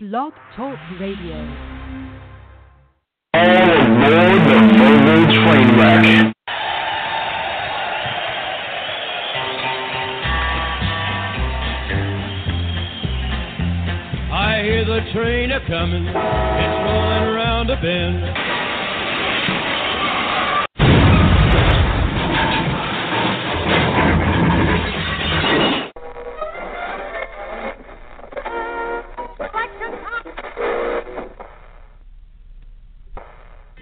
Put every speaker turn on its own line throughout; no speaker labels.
Blog Talk Radio.
All aboard the mobile train wreck.
I hear the train a coming, it's rolling around a bend.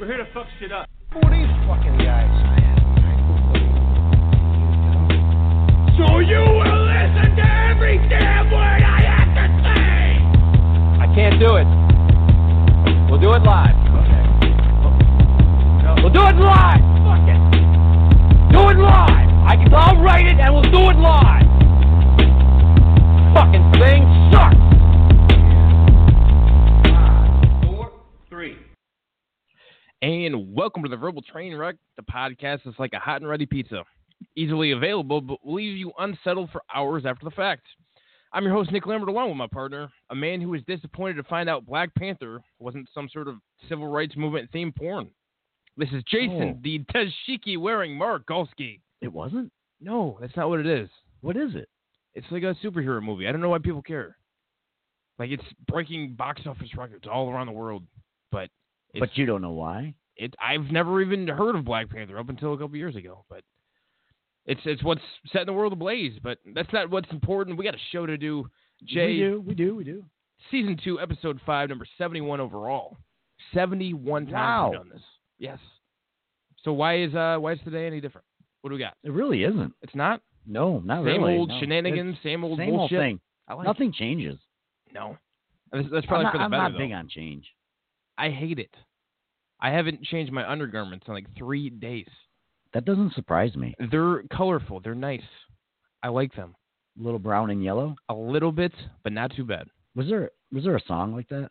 We're here to fuck shit up.
So you will listen to every damn word I have to say!
I can't do it. We'll do it live. We'll do it live. Fuck it. Do it live. I can. I'll write it and we'll do it live. Fucking thing sucks.
And welcome to the Verbal Train Wreck, the podcast that's like a hot and ready pizza. Easily available, but will leave you unsettled for hours after the fact. I'm your host, Nick Lambert, along with my partner, a man who was disappointed to find out Black Panther wasn't some sort of civil rights movement themed porn. This is Jason,
Oh.
the dashiki wearing Mark Golski.
It wasn't?
No, that's not what it is.
What is it?
It's like a superhero movie. I don't know why people care. Like, it's breaking box office records all around the world, but it's
but you don't know why.
it I've never even heard of Black Panther up until a couple years ago, but it's it's what's setting the world ablaze, but that's not what's important. We got a show to do.
we
Jay,
do, we do, we do.
season 2, episode 5, number 71 overall. 71 times
Wow.
we've done this. Yes. So why is uh why is today any different? What do we got?
It really isn't.
It's not
No, not
same
really.
old
no.
shenanigans, same
It's
old
same old
bullshit.
thing.
I like
Nothing changes.
it. No. That's, that's probably
I'm not,
for the
I'm
better
not
though.
big on change.
I hate it. I haven't changed my undergarments in like 3 days.
That doesn't surprise me.
They're colorful. They're nice. I like them
Little brown and yellow.
a little bit, but not too bad.
Was there was there a song like that?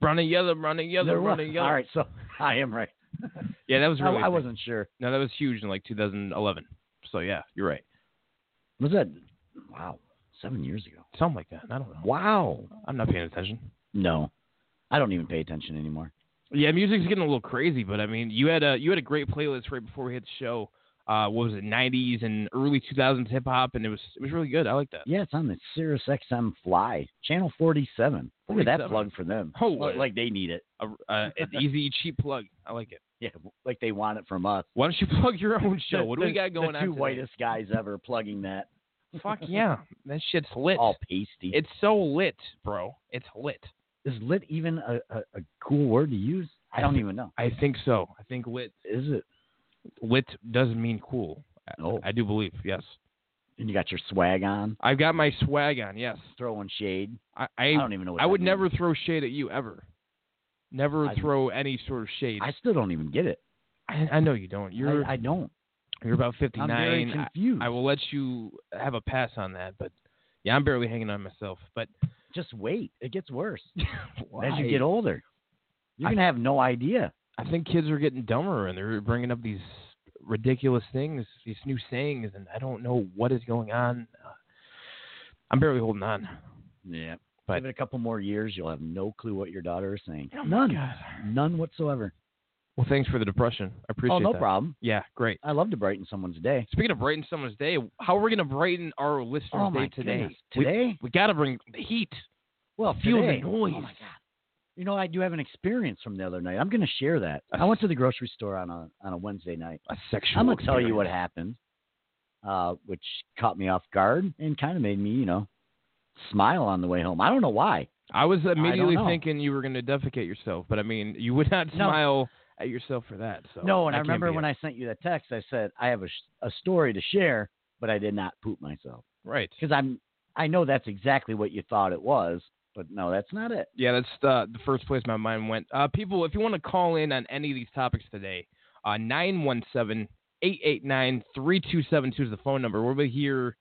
Brown and yellow, brown and yellow,
there was.
brown and yellow.
All right, so I am right.
Yeah, that was
I,
really.
I
big.
wasn't sure.
No, that was huge in like 2011. So yeah, you're right.
Was that wow, seven years ago.
Something like that. I don't know.
Wow.
I'm not paying attention.
No. I don't even pay attention anymore.
Yeah, music's getting a little crazy, but I mean, you had a you had a great playlist right before we hit the show. Uh, what was it, 90s and early 2000s hip hop, and it was it was really good. I like that.
Yeah, it's on the Sirius XM Fly, channel forty seven. Look at that
47.
plug for them.
Oh,
Like- like they need it.
a, uh, an easy, cheap plug. I like it.
Yeah, like they want it from us.
Why don't you plug your own show? What do we
The-
got going
the
on?
Two
today?
whitest guys ever plugging that.
Fuck yeah, that shit's lit.
All pasty.
It's so lit, bro. It's lit.
is lit even a, a, a cool word to use? I don't even know.
I think so. I think lit
Is it?
lit does mean cool. I-
Oh.
I do believe. Yes,
And you got your swag on,
I've got my swag on. Yes,
throwing shade.
I
I
I,
don't even know. What
I
that
would
means.
never throw shade at you ever. Never
I-
throw any sort of shade.
I still don't even get it.
I, I know you don't. You're
I, I don't.
you're about fifty
I'm very
nine.
confused.
I, will let you have a pass on that, but yeah, I'm barely hanging on myself. But
Just wait. It gets worse as
Why?
you get older. You're
I-
gonna have no idea.
I think kids are getting dumber and they're bringing up these ridiculous things, these new sayings, and I don't know what is going on. Uh, I'm barely holding on.
Yeah.
But-
Give it a couple more years, you'll have no clue what your daughter is saying.
Oh my
None.
God.
None whatsoever.
Well, thanks for the depression. I appreciate
oh, no
that.
problem.
Yeah, great.
I love to brighten someone's day.
Speaking of brightening someone's day, how are we going to brighten our listeners'
Oh
day
my
today?
goodness.
We-
Today?
we, got to bring the heat.
Well,
Feel the
today-
noise.
Oh my God. You know, I do have an experience from the other night. I'm going to share that. I went to the grocery store on a on a Wednesday night.
A sexual.
I'm going to tell you what
experience.
happened, uh, which caught me off guard and kind of made me, you know, smile on the way home. I don't know why.
I was immediately
know.
thinking you were going to defecate yourself, but I mean, you would not
No.
smile at yourself for that. So
no, and I
that can't
remember
be
when
it.
I sent you that text, I said I have a, sh- a story to share, but I did not poop myself
right.
because I'm I know that's exactly what you thought it was, but no, that's not it.
Yeah, that's uh, the first place my mind went. Uh, people, if you want to call in on any of these topics today, uh, 917 889 3272 is the phone number. We'll be here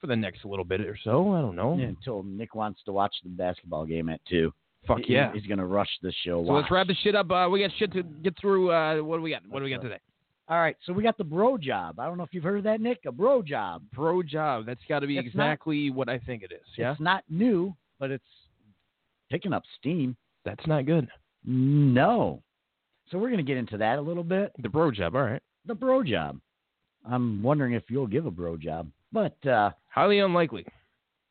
for the next little bit or so. I don't know.
Until Nick wants to watch the basketball game at two.
Fuck
He-
yeah.
he's going to rush the show.
So let's
Watch.
wrap this shit up. Uh, we got shit to get through. Uh, what do we got? What do we got
Let's
today?
All right, so we got the bro job. I don't know if you've heard of that, Nick. A bro job.
Bro job. That's got to be
It's not-
exactly what I think it is. Yeah.
It's not new, but it's picking up steam.
That's not good.
No. So we're going to get into that a little bit.
The bro job. All right.
The bro job. I'm wondering if you'll give a bro job, but uh,
Highly unlikely.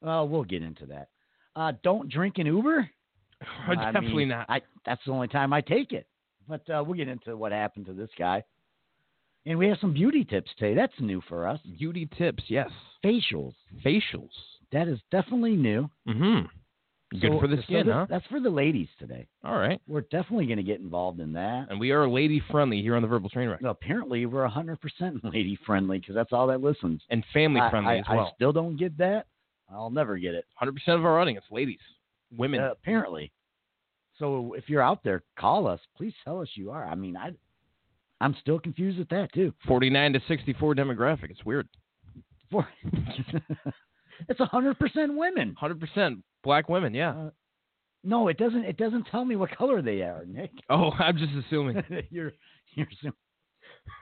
well, we'll get into that. Uh, don't drink an Uber. I mean,
Oh, Definitely not.
I, that's the only time I take it. But uh, we'll get into what happened to this guy. And we have some beauty tips today. That's new for us.
Beauty tips. Yes.
Facials.
Facials.
That is definitely new.
Mm-hmm. Good
So-
for the
so
skin,
this-
huh?
That's for the ladies today.
All right.
We're definitely going to get involved in that.
And we are lady friendly here on the Verbal Train Wreck.
Apparently, we're 100% lady friendly because that's all that listens.
And family
I-
friendly
I,
as
I
well.
still don't get that. I'll never get it.
100% of our audience, ladies, women.
Uh, apparently. So if you're out there, call us. Please tell us you are. I mean, I, I'm still confused with that too.
49 to 64 demographic. It's weird.
For it's hundred percent women.
100% black women, yeah.
Uh, No, it doesn't. It doesn't tell me what color they are, Nick.
oh, I'm just assuming.
you're, you're. assum-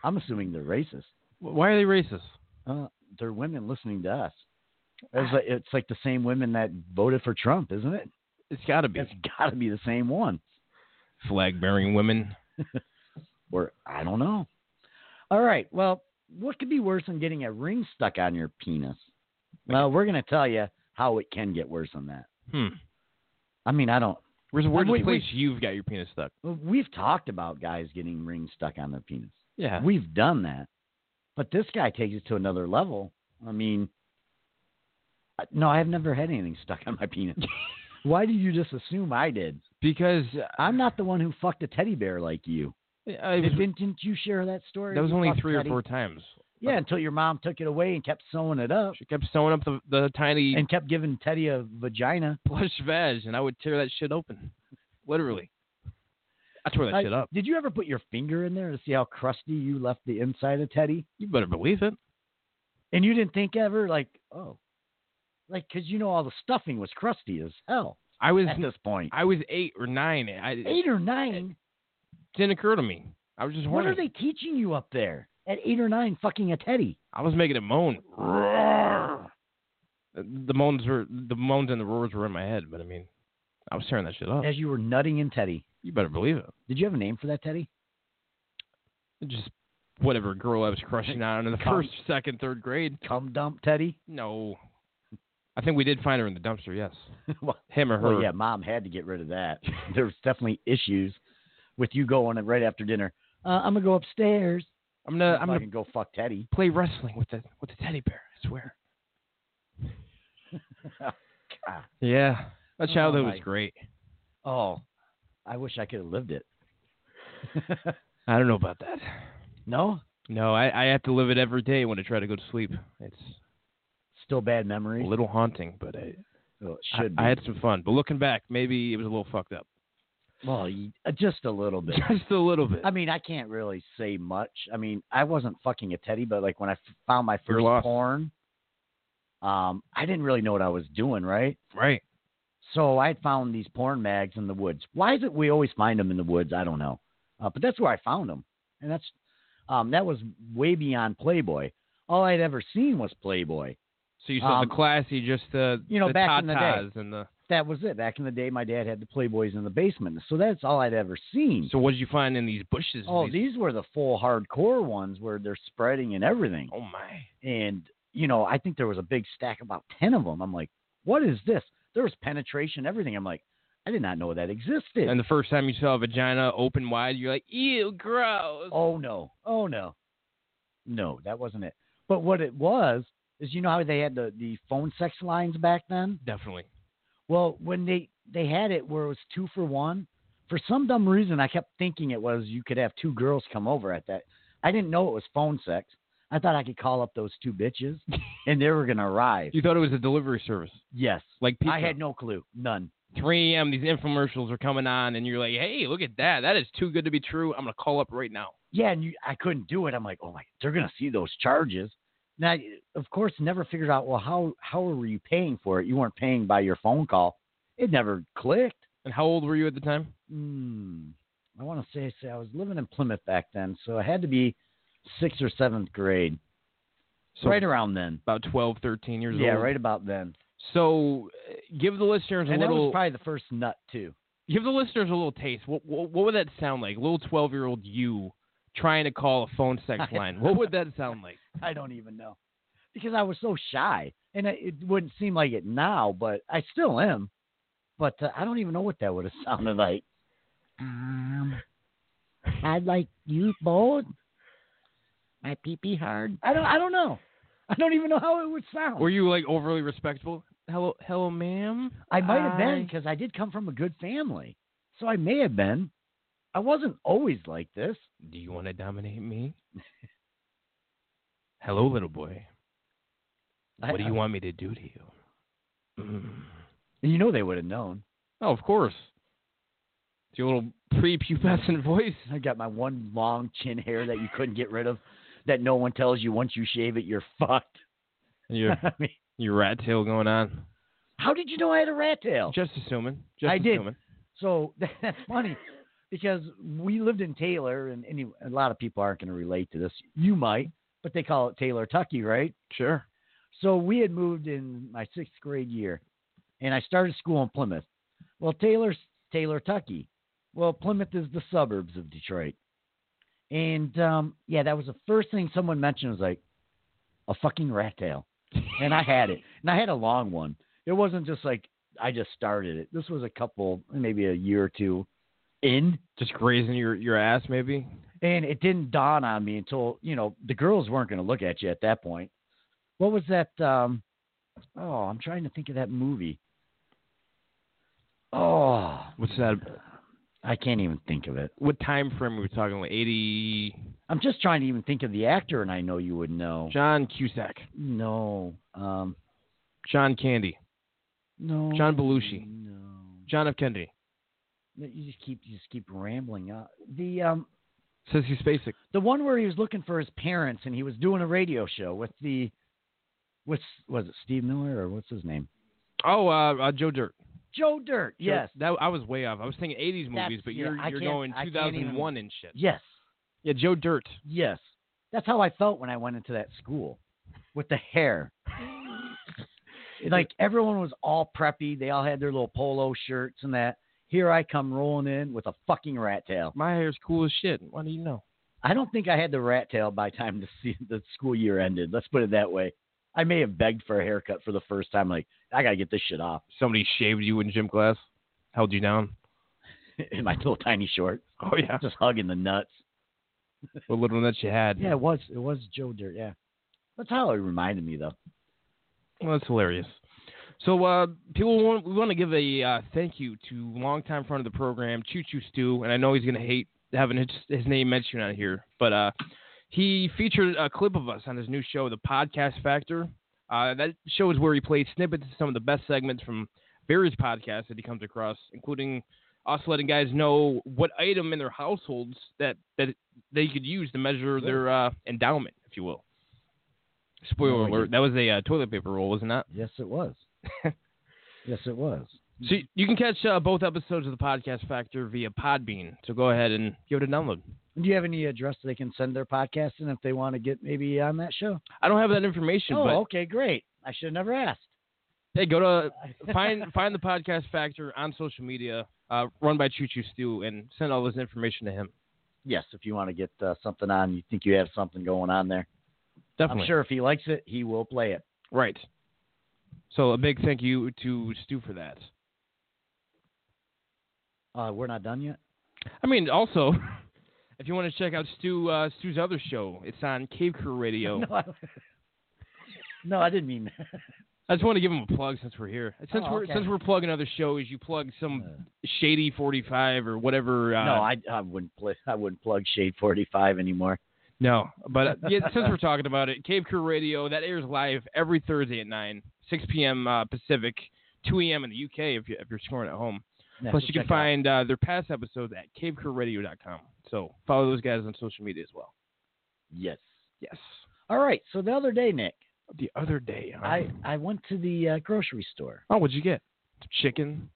I'm assuming they're racist.
Why are they racist?
Uh, they're women listening to us. It's like, it's like the same women that voted for Trump, isn't it?
It's got to be
It's got to be the same one.
flag bearing women.
Or I don't know. All right. Well, what could be worse than getting a ring stuck on your penis? Well, we're gonna tell you how it can get worse than that.
Hmm.
I mean, I don't.
Where's the weirdest
wait,
place
wait.
you've got your penis stuck?
We've talked about guys getting rings stuck on their penis.
Yeah.
We've done that. But this guy takes it to another level. I mean, I- no, I've never had anything stuck on my penis. Why do you just assume I did?
Because
I'm not the one who fucked a teddy bear like you.
uh, I was-
didn't, didn't you share that story?
that was
You
only
fucked
three or
teddy-
four times.
Yeah, until your mom took it away and kept sewing it up
She kept sewing up the, the tiny
and kept giving Teddy a vagina.
plush vag, and I would tear that shit open. Literally. I tore that
Uh,
shit up.
Did you ever put your finger in there to see how crusty you left the inside of Teddy?
You better believe it.
And you didn't think ever, like, oh, like, because you know all the stuffing was crusty as hell
I was
at this point.
I was eight or nine. I, it
Eight or nine?
didn't occur to me. I was just
What
horny.
are they teaching you up there at eight or nine fucking a Teddy?
I was making a moan. Uh, The moans were the moans and the roars were in my head, but I mean, I was tearing that shit up.
As you were nutting in Teddy.
You better believe it.
Did you have a name for that Teddy?
Just whatever girl I was crushing on in the
Come.
first, second, third grade.
Cum dump Teddy?
No, I think we did find her in the dumpster. Yes,
well,
him or her.
well, yeah, mom had to get rid of that. there was definitely issues with you going and right after dinner. Uh, I'm gonna go upstairs.
I'm gonna Uh, I'm
fucking
gonna
go fuck Teddy.
play wrestling with the with the teddy bear. I swear.
Oh, God.
Yeah, that
Oh,
childhood
my-
was great.
Oh, I wish I could have lived it.
I don't know about that.
no,
No, I, I have to live it every day when I try to go to sleep. It's
still bad
a
memories.
little haunting, but I,
Well, it
I,
should be.
I had some fun. But looking back, maybe it was a little fucked up.
well, you, uh, just a little bit.
Just a little bit.
I mean, I can't really say much. I mean, I wasn't fucking a teddy, but like when I f- found my
You're
first
lost.
porn, um, I didn't really know what I was doing, right?
right.
So I had found these porn mags in the woods. Why is it we always find them in the woods? I don't know, uh, but that's where I found them, and that's um, that was way beyond Playboy. All I'd ever seen was Playboy.
So you saw
Um,
the classy, just the
you know,
the
back in the day.
tatas and the.
That was it. Back in the day, my dad had the Playboys in the basement, so that's all I'd ever seen.
So what did you find in these bushes?
oh, these were the full hardcore ones where they're spreading and everything.
Oh my.
and you know, I think there was a big stack, about ten of them. I'm like, what is this? There was penetration, everything. I'm like, I did not know that existed.
And the first time you saw a vagina open wide, you're like, ew, gross.
oh no, oh no, no, that wasn't it. But what it was is, you know how they had the the phone sex lines back then?
Definitely.
Well, when they they had it where it was two for one, for some dumb reason, I kept thinking it was you could have two girls come over at that. I didn't know it was phone sex. I thought I could call up those two bitches, and they were gonna arrive.
You thought it was a delivery service,
Yes.
like pizza.
I had no clue. None.
3 a.m. These infomercials are coming on, and you're like, hey, look at that. That is too good to be true. I'm gonna call up right now.
Yeah, and you, I couldn't do it. I'm like, oh my, they're gonna see those charges. Now, of course, never figured out. Well, how how were you paying for it? You weren't paying by your phone call. It never clicked.
And how old were you at the time?
Hmm. I want to say, say I was living in Plymouth back then, so I had to be sixth or seventh grade,
So
right around then.
about 12, 13 years
Yeah,
old.
right about then.
So uh, give the listeners a
And that
little
was probably the first nut too.
give the listeners a little taste. What what, what would that sound like? Little twelve year old you trying to call a phone sex line. What would that sound like?
I don't even know because I was so shy, and it, it wouldn't seem like it now, but I still am. But uh, I don't even know what that would have sounded like.
Um, I like you bold. My pee pee hard.
I don't. I don't know. I don't even know how it would sound.
Were you like overly respectful? Hello, hello, ma'am.
I might have been
I-
because I did come from a good family, so I may have been. I wasn't always like this.
Do you want to dominate me? hello, little boy.
I-
What do you want me to do to you? Mm.
You know they would have known.
Oh, of course. It's your little prepubescent voice.
I got my one long chin hair that you couldn't get rid of, that no one tells you once you shave it, you're fucked.
and Your
I mean,
your rat tail going on.
how did you know I had a rat tail?
Just assuming. Just
I did.
assuming.
So that's funny because we lived in Taylor, and, any a lot of people aren't going to relate to this. You might, but they call it Taylor Tucky, right?
Sure.
So we had moved in my sixth grade year, and I started school in Plymouth. Well, Taylor's Taylor Tucky. Well, Plymouth is the suburbs of Detroit, and um, yeah, that was the first thing someone mentioned was like a fucking rat tail, and I had it, and I had a long one. It wasn't just like I just started it. This was a couple, maybe a year or two in,
Just grazing your, your ass, maybe.
and it didn't dawn on me until, you know, the girls weren't going to look at you at that point. What was that? Um, oh, I'm trying to think of that movie. Oh,
What's that?
I can't even think of it.
What time frame are we talking? Like eighty?
I'm just trying to even think of the actor, and I know you would know.
John Cusack,
No. Um,
John Candy,
no.
John Belushi.
No.
John F. Kennedy,
You just keep you just keep rambling. Uh, the um
Sissy Spacek.
the one where he was looking for his parents and he was doing a radio show with the with was it Steve Miller or what's his name?
Oh, uh, uh, Joe Dirt.
Joe Dirt.
Joe-
Yes.
that I was way off. I was thinking '80s
That's-
movies, but
yeah,
you're
I
you're
can't-
going
I can't
2001 and shit.
Yes.
Yeah, Joe Dirt.
Yes. That's how I felt when I went into that school with the hair. like everyone was all preppy. They all had their little polo shirts and that. Here I come rolling in with a fucking rat tail.
My hair's cool as shit. What do you know?
I don't think I had the rat tail by the time the, se- the school year ended. Let's put it that way. I may have begged for a haircut for the first time. Like, I got to get this shit off
Somebody shaved you in gym class, held you down.
in my little tiny shorts,
Oh yeah,
just hugging the nuts.
what little nuts you had.
Yeah, it was. It was Joe Dirt. Yeah. That's how it reminded me, though.
Well, that's hilarious. So, uh, people, want, we want to give a uh, thank you to longtime friend of the program, Choo Choo Stew, and I know he's going to hate having his, his name mentioned on here, but uh, he featured a clip of us on his new show, The Podcast Factor. Uh, that show is where he plays snippets of some of the best segments from various podcasts that he comes across, including us letting guys know what item in their households that, that they could use to measure their uh, endowment, if you will. Spoiler
Like
alert, that was a uh, toilet paper roll, was it not?
Yes, it was. yes, it was.
So you- you can catch uh, both episodes of the podcast Factor via Podbean. So go ahead and give it a download.
Do you have any address they can send their podcast in if they want to get maybe on that show?
I don't have that information,
Oh,
but
okay, great. I should have never asked.
hey, go to find find the podcast Factor on social media, uh, run by Choo Choo Stew, and send all this information to him.
yes, if you want to get uh, something on, you think you have something going on there.
Definitely,
I'm sure if he likes it, he will play it.
right. So a big thank you to Stu for that.
Uh, we're not done yet.
I mean, also, if you want to check out Stu uh, Stu's other show, it's on Cave Crew Radio.
No, I, no, I didn't mean that.
I just want to give him a plug since we're here. Since
Oh,
we're
okay. Uh,
since we're plugging other shows, you plug some shady forty five or whatever. Uh,
no, I, I wouldn't play. I wouldn't plug Shade 45 anymore.
no. But uh, yeah, since we're talking about it, Cave Crew Radio that airs live every Thursday at nine, six p.m. Uh, Pacific, two a.m. in the UK if you if you're scoring at home.
Yeah,
Plus,
so
you can
check it out.
find uh, their past episodes at cavecrewradio.com. So follow those guys on social media as well.
Yes.
Yes.
All right. So the other day, Nick,
The other day, huh?
I I went to the uh, grocery store.
oh, what'd you get? Chicken.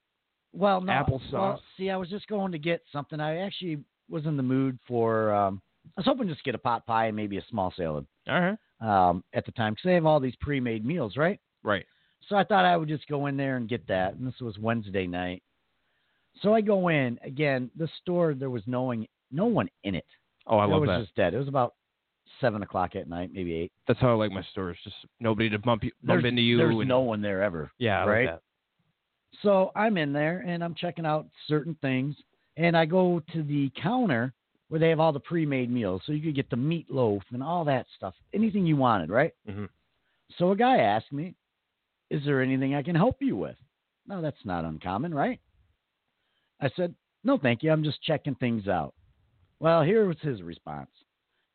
Well, no.
Applesauce.
Well, see, I was just going to get something. I actually was in the mood for. Um, I was hoping to just get a pot pie and maybe a small salad
All right.
um, at the time because they have all these pre-made meals, right?
Right.
So I thought I would just go in there and get that. And this was Wednesday night. So I go in again. The store there was no one, no one in it.
Oh, I
it
love
was
that.
just dead. It was about seven o'clock at night, maybe eight.
That's how I like my stores. Just nobody to bump you, bump
There's-
into you.
There's
and,
no one there ever.
yeah, I like
right?
that.
So I'm in there and I'm checking out certain things, and I go to the counter where they have all the pre-made meals, so you could get the meatloaf and all that stuff, anything you wanted, right?
Mhm.
So a guy asked me, "Is there anything I can help you with?" No, that's not uncommon, right? I said, "No, thank you. I'm just checking things out." Well, here was his response,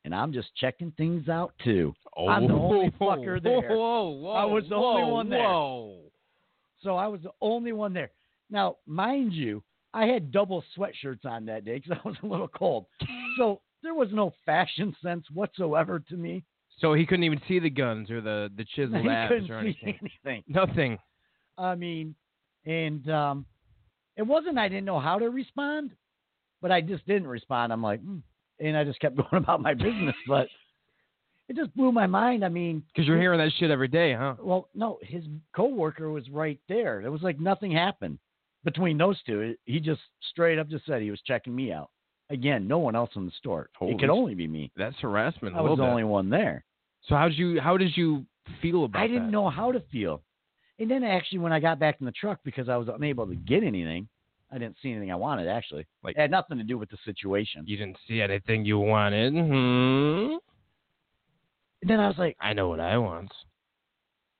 and I'm just checking things out too.
Oh,
I'm the only fucker there.
Whoa, whoa,
I was the only
whoa,
one there.
Whoa.
So I was the only one there. Now, mind you, I had double sweatshirts on that day because I was a little cold. So there was no fashion sense whatsoever to me.
So he couldn't even see the guns or the the chiseled
I
abs
couldn't
or
see
anything.
anything.
Nothing.
I mean, and um, it wasn't I didn't know how to respond, but I just didn't respond. I'm like, hmm. and I just kept going about my business. But it just blew my mind. I mean,
Because you're hearing that shit every day, huh?
Well, no, his coworker was right there. It was like nothing happened between those two. He just straight up just said he was checking me out. Again, no one else in the store.
Holy
it could
sh-
only be me.
That's harassment. a
I was the
little bit.
only one there.
So how did you how did you feel about?
I didn't
that?
know how to feel. And then actually, when I got back in the truck because I was unable to get anything, I didn't see anything I wanted. Actually,
Like-
it had nothing to do with the situation.
You didn't see anything you wanted. Hmm.
And then I was like,
I know what I want.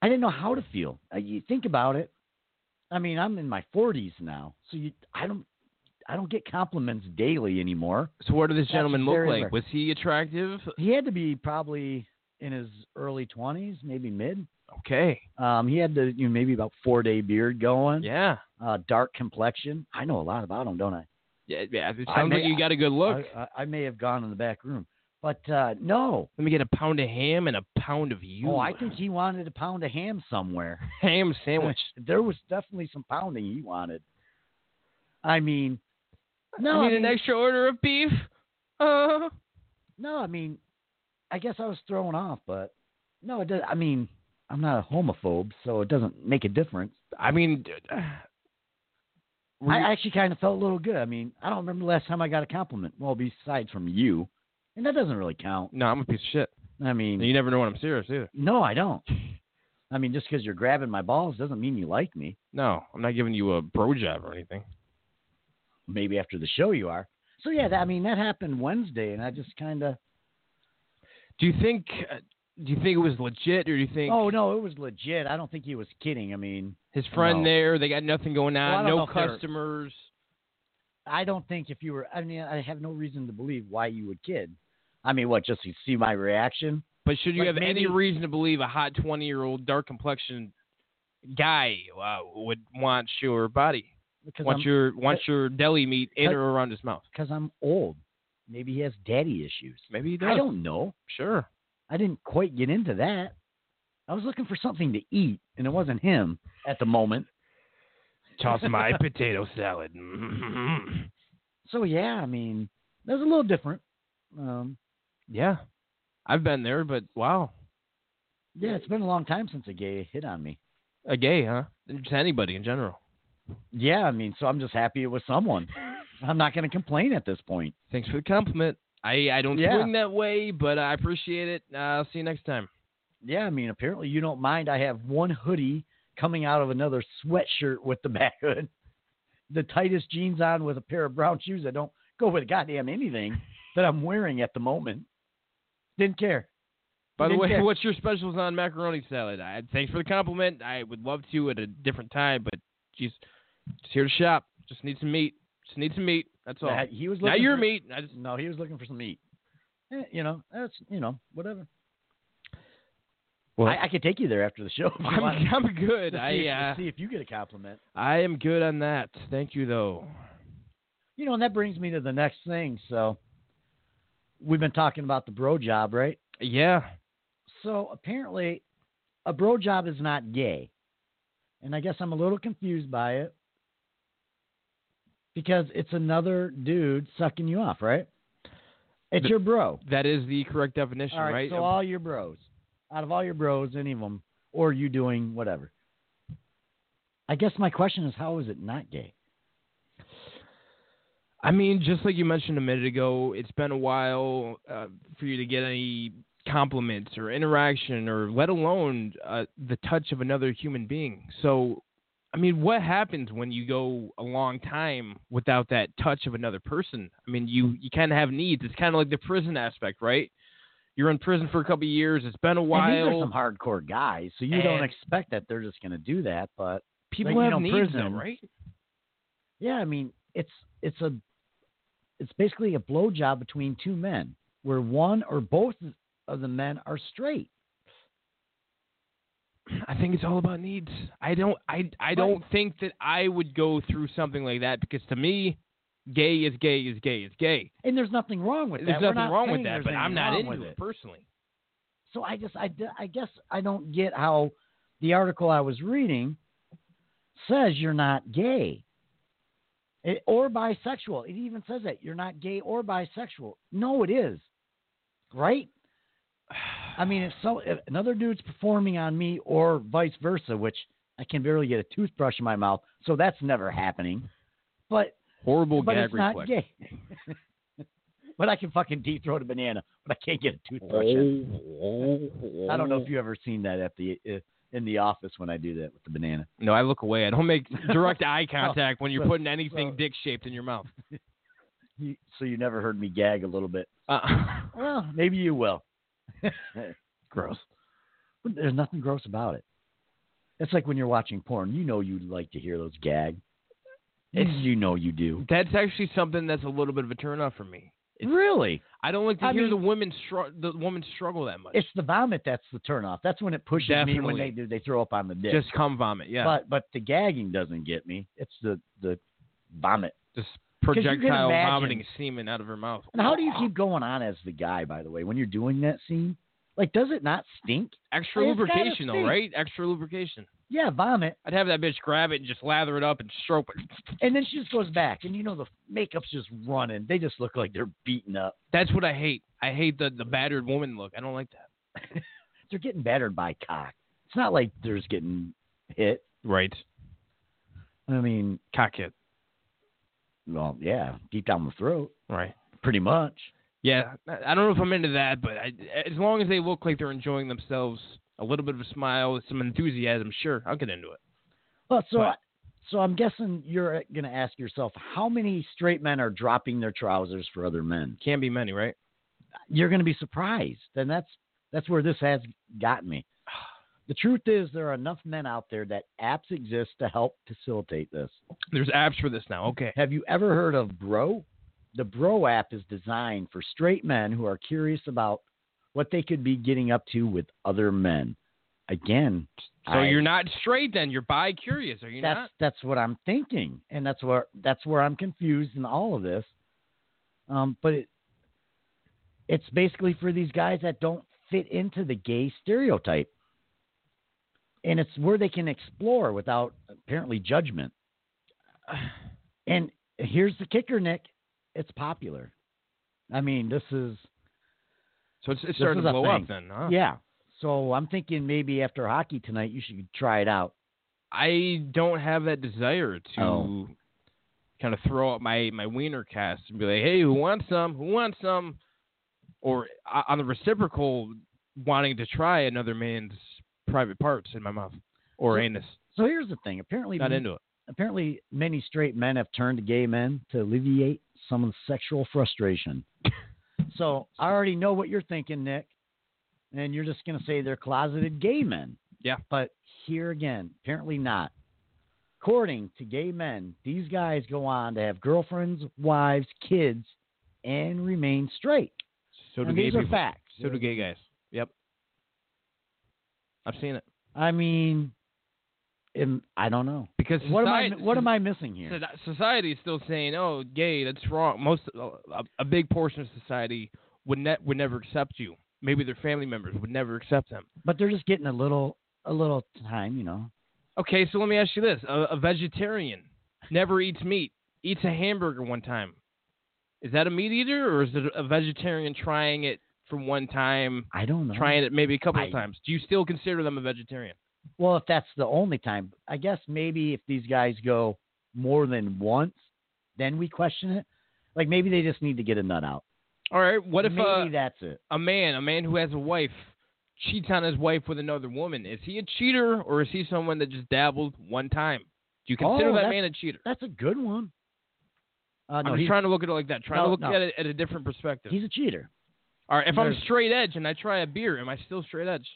I didn't know how to feel. Uh, you think about it. I mean, I'm in my 40s now, so you, I don't, I don't get compliments daily anymore.
So what did this
That's
gentleman look
very
like?
rare.
Was he attractive?
He had to be probably in his early 20s, maybe mid.
Okay.
Um, he had the you know, maybe about four day beard going,
Yeah.
uh, dark complexion. I know a lot about him, don't I?
Yeah. yeah. It
I
sounds
may-
like you got a good look.
I, I, I may have gone in the back room, but uh, no.
Let me get a pound of ham and a pound of you.
Oh, I think he wanted a pound of ham somewhere.
ham sandwich.
there was definitely some pounding he wanted. I mean, no,
I
I
need an
mean-
extra order of beef. Uh.
No, I mean, I guess I was thrown off, but no, it does. I mean, I'm not a homophobe, so it doesn't make a difference.
I mean, d- uh, were
I
you-
actually kind of felt a little good. I mean, I don't remember the last time I got a compliment. Well, besides from you, and that doesn't really count.
no, I'm a piece of shit.
I mean,
And you never know when I'm serious either.
no, I don't. I mean, just because you're grabbing my balls doesn't mean you like me.
No, I'm not giving you a bro job or anything.
Maybe after the show you are. So yeah, that, I mean that happened Wednesday, and I just kind of.
Do you think? Uh, do you think it was legit, or do you think?
Oh no, it was legit. I don't think he was kidding. I mean,
His friend
No.
there, they got nothing going
Well, I
on,
don't know
no
if they're-
customers.
I don't think if you were, I mean, I have no reason to believe why you would kid. I mean, what, just to see my reaction?
But should you
Like,
have any
maybe-
reason to believe a hot twenty-year-old dark complexion guy uh, would want your body,
Because
want
I'm,
your want your deli meat in
Cut-
or around his mouth?
cause I'm old. Maybe he has daddy issues.
Maybe he does.
I don't know.
Sure.
I didn't quite get into that. I was looking for something to eat, and it wasn't him at the moment.
Toss my potato salad.
Mm-hmm.
Mhm.
So, yeah, I mean, that was a little different. Um,
yeah, I've been there, but wow,
yeah, it's been a long time since a gay hit on me.
a gay, huh? Just anybody in general.
Yeah, I mean, so I'm just happy it was someone. I'm not going to complain at this point.
Thanks for the compliment. I I don't
Yeah.
swing that way, but I appreciate it. Uh, see you next time.
Yeah, I mean, apparently you don't mind. I have one hoodie coming out of another sweatshirt with the back hood, the tightest jeans on with a pair of brown shoes that don't go with goddamn anything that I'm wearing at the moment. Didn't care.
By the
Didn't
way,
care.
what's your specials on macaroni salad? I, thanks for the compliment. I would love to at a different time, but geez, just here to shop. Just need some meat. Just need some meat. That's all.
Nah, he was looking
Not your
for,
meat. I just
No, he was looking for some meat. Eh, you know, that's you know whatever.
Well-
I, I could take you there after the show. if you
I'm,
want,
I'm good.
to see,
I uh,
to see if you get a compliment.
I am good on that. Thank you though.
You know, and that brings me to the next thing. So, we've been talking about the bro job, right?
Yeah.
so apparently a bro job is not gay and i guess i'm a little confused by it because it's another dude sucking you off right it's
The-
your bro
That is the correct definition,
all right,
right?
so all your bros out of all your bros any of them or you doing whatever I guess my question is, how is it not gay?
I mean, just like you mentioned a minute ago, it's been a while uh, for you to get any compliments or interaction, or let alone uh, the touch of another human being. So, I mean, what happens when you go a long time without that touch of another person? I mean, you you kind of have needs. It's kind of like the prison aspect, right? You're in prison for a couple of years. It's been a while.
And these are some hardcore guys, so you don't
And-
expect that they're just going to do that. But
People
like, you
have
know,
needs, though,
prison.
right?
yeah, I mean, it's it's a it's basically a blowjob between two men, where one or both of the men are straight.
I think it's all about needs. I don't I I don't think that I would go through something like that because to me, gay is gay is gay is gay.
And there's nothing wrong with that.
There's
We're not
nothing wrong
saying
with that,
there's
but I'm
anything
not
wrong
into
with
it, personally.
So I just, I, I guess I don't get how the article I was reading says you're not gay it, or bisexual. It even says that you're not gay or bisexual. No, it is, right? I mean, if so, if another dude's performing on me or vice versa, which I can barely get a toothbrush in my mouth, so that's never happening. But
Horrible
but
gag
it's not
reflex.
gay. but I can fucking deep throat a banana, but I can't get a toothbrush. in. I don't know if you ever seen that at the uh, in the office when I do that with the banana.
No, I look away. I don't make direct eye contact when you're
so-
putting anything
so-
dick shaped in your mouth.
You, so you never heard me gag a little bit.
Uh,
Well, maybe you will. gross. But there's nothing gross about it. It's like when you're watching porn. You know you like to hear those gag. It's,
Hmm.
you know you do.
that's actually something that's a little bit of a turnoff for me. It's-
Really?
I don't like to
I
hear
mean-
the women str- the women struggle that much.
It's the vomit that's the turnoff. That's when it pushes me when
Definitely.
they they throw up on the dick.
Just come vomit, yeah.
But but the gagging doesn't get me. It's the the vomit.
Just
you can
projectile
imagine-
vomiting semen out of her mouth.
And how do you keep going on as the guy, by the way, when you're doing that scene? Like, does it not stink?
Extra
It's gotta
lubrication, though,
stink.
right? Extra lubrication.
Yeah, vomit.
I'd have that bitch grab it and just lather it up and stroke it.
And then she just goes back, and you know the makeup's just running. They just look like they're beaten up.
That's what I hate. I hate the, the battered woman look. I don't like that.
They're getting battered by cock. It's not like they're just getting hit.
Right.
I mean,
Cock hit.
well, yeah, deep down the throat,
Right.
pretty much.
Yeah. I- I don't know if I'm into that, but I, as long as they look like they're enjoying themselves, a little bit of a smile, some enthusiasm, sure, I'll get into it.
Well, so
But-
so I'm guessing you're gonna ask yourself how many straight men are dropping their trousers for other men.
Can't be many, right?
you're going to be surprised. And that's that's where this has gotten me. The truth is, there are enough men out there that apps exist to help facilitate this.
There's apps for this now. Okay.
Have you ever heard of Bro? The Bro app is designed for straight men who are curious about what they could be getting up to with other men. Again,
So
I-
you're not straight then. You're bi curious, are you
that's
not?
that's what I'm thinking, and that's where that's where I'm confused in all of this. Um, but it it's basically for these guys that don't fit into the gay stereotype, and it's where they can explore without apparently judgment. And here's the kicker, Nick. It's popular. I mean, this is
So it's, it's starting
is
to
a
blow
thing.
up then, huh?
yeah. So I'm thinking maybe after hockey tonight, you should try it out.
I don't have that desire to
Oh.
kind of throw out my my wiener cast and be like, "Hey, who wants some? Who wants some?" Or uh, on the reciprocal, wanting to try another man's private parts in my mouth or
So-
anus.
So here's the thing. Apparently,
Not into it.
apparently many straight men have turned to gay men to alleviate some of the sexual frustration. so I already know what you're thinking, Nick, and you're just going to say they're closeted gay men.
Yeah.
But here again, apparently not. According to gay men, these guys go on to have girlfriends, wives, kids, and remain straight.
So do
and
gay
these
people.
are facts.
So do gay guys. Yep. I've seen it
I mean, am- I don't know.
because
What am I?
society-
What am I missing here?
so- Society is still saying, "Oh, gay, that's wrong." Most a, a big portion of society would ne- would never accept you. Maybe their family members would never accept them.
But they're just getting a little, a little time, you know.
Okay, so let me ask you this: a, a vegetarian never eats meat, eats a hamburger one time. Is that a meat eater, or is it a vegetarian trying it from one time,
I don't know.
trying it maybe a couple
I-
of times? Do you still consider them a vegetarian?
Well, if that's the only time, I guess maybe if these guys go more than once, then we question it. Like maybe they just need to get a nut out.
All right. What if
maybe
uh,
that's it?
a man, a man who has a wife, cheats on his wife with another woman? Is he a cheater or is he someone that just dabbled one time? Do you consider
Oh,
that
that's-
man a cheater?
That's a good one. Uh, no,
I'm just
he's,
trying to look at it like that. Trying to
No,
look
no.
at it at a different perspective.
he's a cheater.
All right. If I'm
there's-
straight edge and I try a beer, am I still straight edge?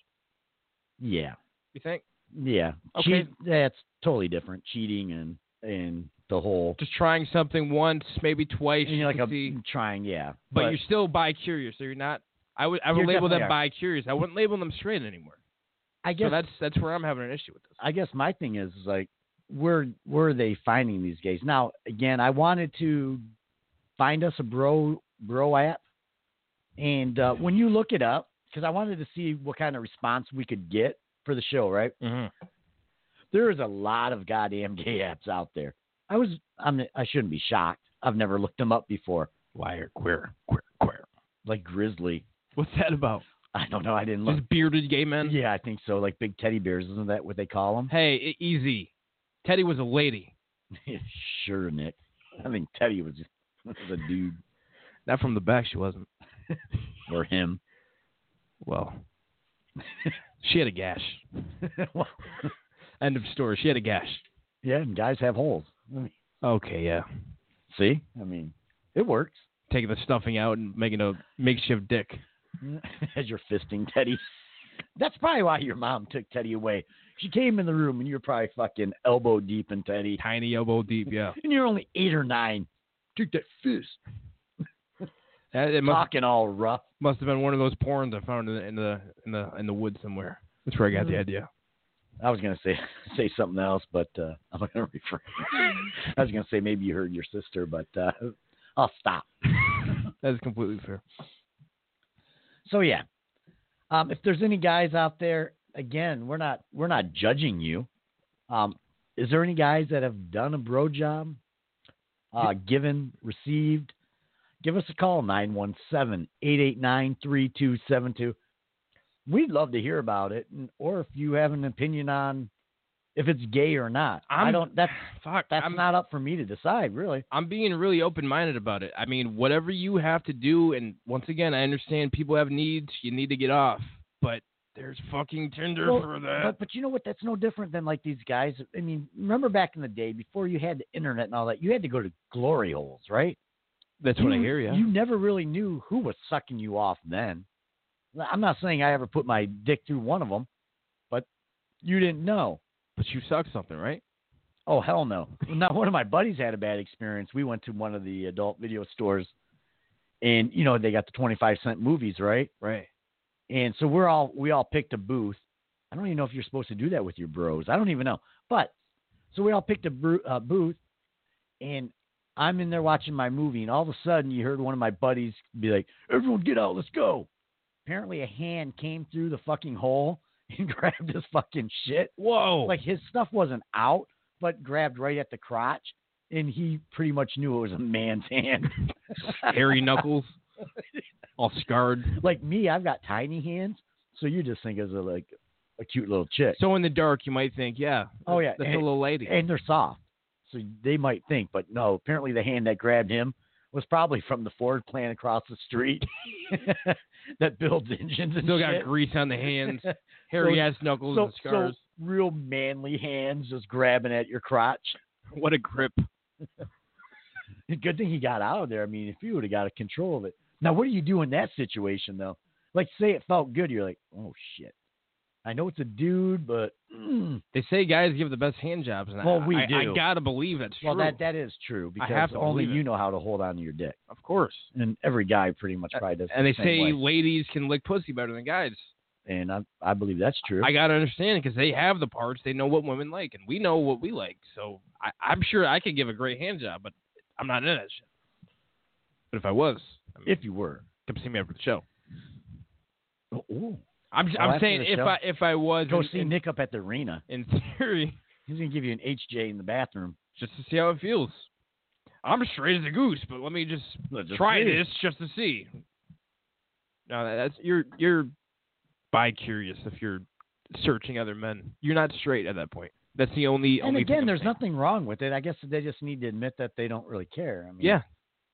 Yeah,
You think?
yeah.
Okay.
Cheat- that's totally different. Cheating and and the whole.
Just trying something once, maybe twice.
And you're like
to
a,
see,
trying, yeah.
but, you're still bi curious, so you're not. I would I would
You're
label them
definitely
bi curious. I wouldn't label them straight anymore.
I
So
guess
that's that's where I'm having an issue with this.
I guess my thing is is like where where are they finding these guys? Now again, I wanted to find us a bro bro app, and uh, when you look it up, because I wanted to see what kind of response we could get for the show. Right?
Mm-hmm.
There is a lot of goddamn gay apps out there. I was I'm I shouldn't be shocked. I've never looked them up before,
Liar, queer, queer, queer.
like Grizzly.
What's that about?
I don't know. I didn't look.
Just bearded gay men.
Yeah, I think so. Like big teddy bears, isn't that what they call them?
Hey, e- easy. Teddy was a lady,
sure, Nick. I think Teddy was just was a dude
not from the back. She wasn't.
or him.
Well, she had a gash.
Well,
End of story. She had a gash.
yeah, and guys have holes.
Okay, yeah.
See, I mean, it works.
Taking the stuffing out and making a makeshift dick.
As you're fisting Teddy, that's probably why your mom took Teddy away. She came in the room and you're probably fucking elbow deep in Teddy,
Tiny elbow deep. Yeah.
and you're only eight or nine. Take that fist,
That, it must
talking all rough.
must have been one of those porns I found in the in the in the, in the woods somewhere. That's where I got the idea.
I was gonna say say something else, but uh, I'm gonna refer. I was gonna say maybe you heard your sister, but uh, I'll stop.
That is completely fair.
So yeah, um, if there's any guys out there, again, we're not we're not judging you. Um, is there any guys that have done a bro job, uh, given, received? Give us a call 917-889-3272. We'd love to hear about it, and, or if you have an opinion on if it's gay or not. I'm, I
I'm-
do not That's
Fuck,
that's
I'm,
not up for me to decide, really.
I'm being really open minded about it. I mean, whatever you have to do, and once again, I understand people have needs. You need to get off, but there's fucking Tinder
Well,
for that.
But but you know what? That's no different than like these guys. I mean, remember back in the day before you had the internet and all that, you had to go to glory holes, right?
That's what I hear. Yeah.
You never really knew who was sucking you off then. I'm not saying I ever put my dick through one of them, but you didn't know.
but you suck something, right?
Oh hell no! Not one of my buddies had a bad experience. We went to one of the adult video stores, and you know they got the 25 cent movies, right?
Right.
And so we're all we all picked a booth. I don't even know if you're supposed to do that with your bros. I don't even know. But so we all picked a bru- uh, booth, and I'm in there watching my movie, and all of a sudden you heard one of my buddies be like, "Everyone get out, let's go." Apparently a hand came through the fucking hole and grabbed his fucking shit.
Whoa.
Like his stuff wasn't out, but grabbed right at the crotch, and he pretty much knew it was a man's hand.
hairy knuckles, all scarred.
like me, I've got tiny hands, so you just think it's a like a cute little chick.
So in the dark, you might think, yeah.
Oh, yeah.
That's a little lady.
and they're soft, so they might think, but no. Apparently, the hand that grabbed him was probably from the Ford plant across the street that builds engines and
Still got
shit.
grease on the hands, hairy ass knuckles
so,
and scars.
so real manly hands just grabbing at your crotch.
what a grip.
Good thing he got out of there. I mean, if you would have got a control of it. Now, what do you do in that situation though? Like, say it felt good, you're like, oh shit. I know it's a dude, but mm,
They say guys give the best hand jobs. And I-
Well, we
I, I
do.
gotta believe that's
Well,
true.
that that is true because
have to
only
believe it.
you know how to hold on to your dick,
of course.
and every guy pretty much probably does.
And they
the same way.
say ladies can lick pussy better than guys.
and I I believe that's true.
I gotta understand because they have the parts. They know what women like, and we know what we like. So I, I'm sure I could give a great hand job, but I'm not in that shit. But if I was, I mean,
if you were,
come see me after the show.
Oh, ooh.
I'm
Oh,
I'm
after
saying
the
if
show?
I if I was
go
in,
see
in-
Nick up at the arena.
in theory
He's gonna give you an HJ in the bathroom.
just to see how it feels. I'm straight as a goose, but let me just try this just to see. No, that- that's you're you're bi curious if you're searching other men. You're not straight at that point. That's the only.
And
only thing
again,
I'm
there's
saying.
nothing wrong with it. I guess they just need to admit that they don't really care. I mean,
Yeah,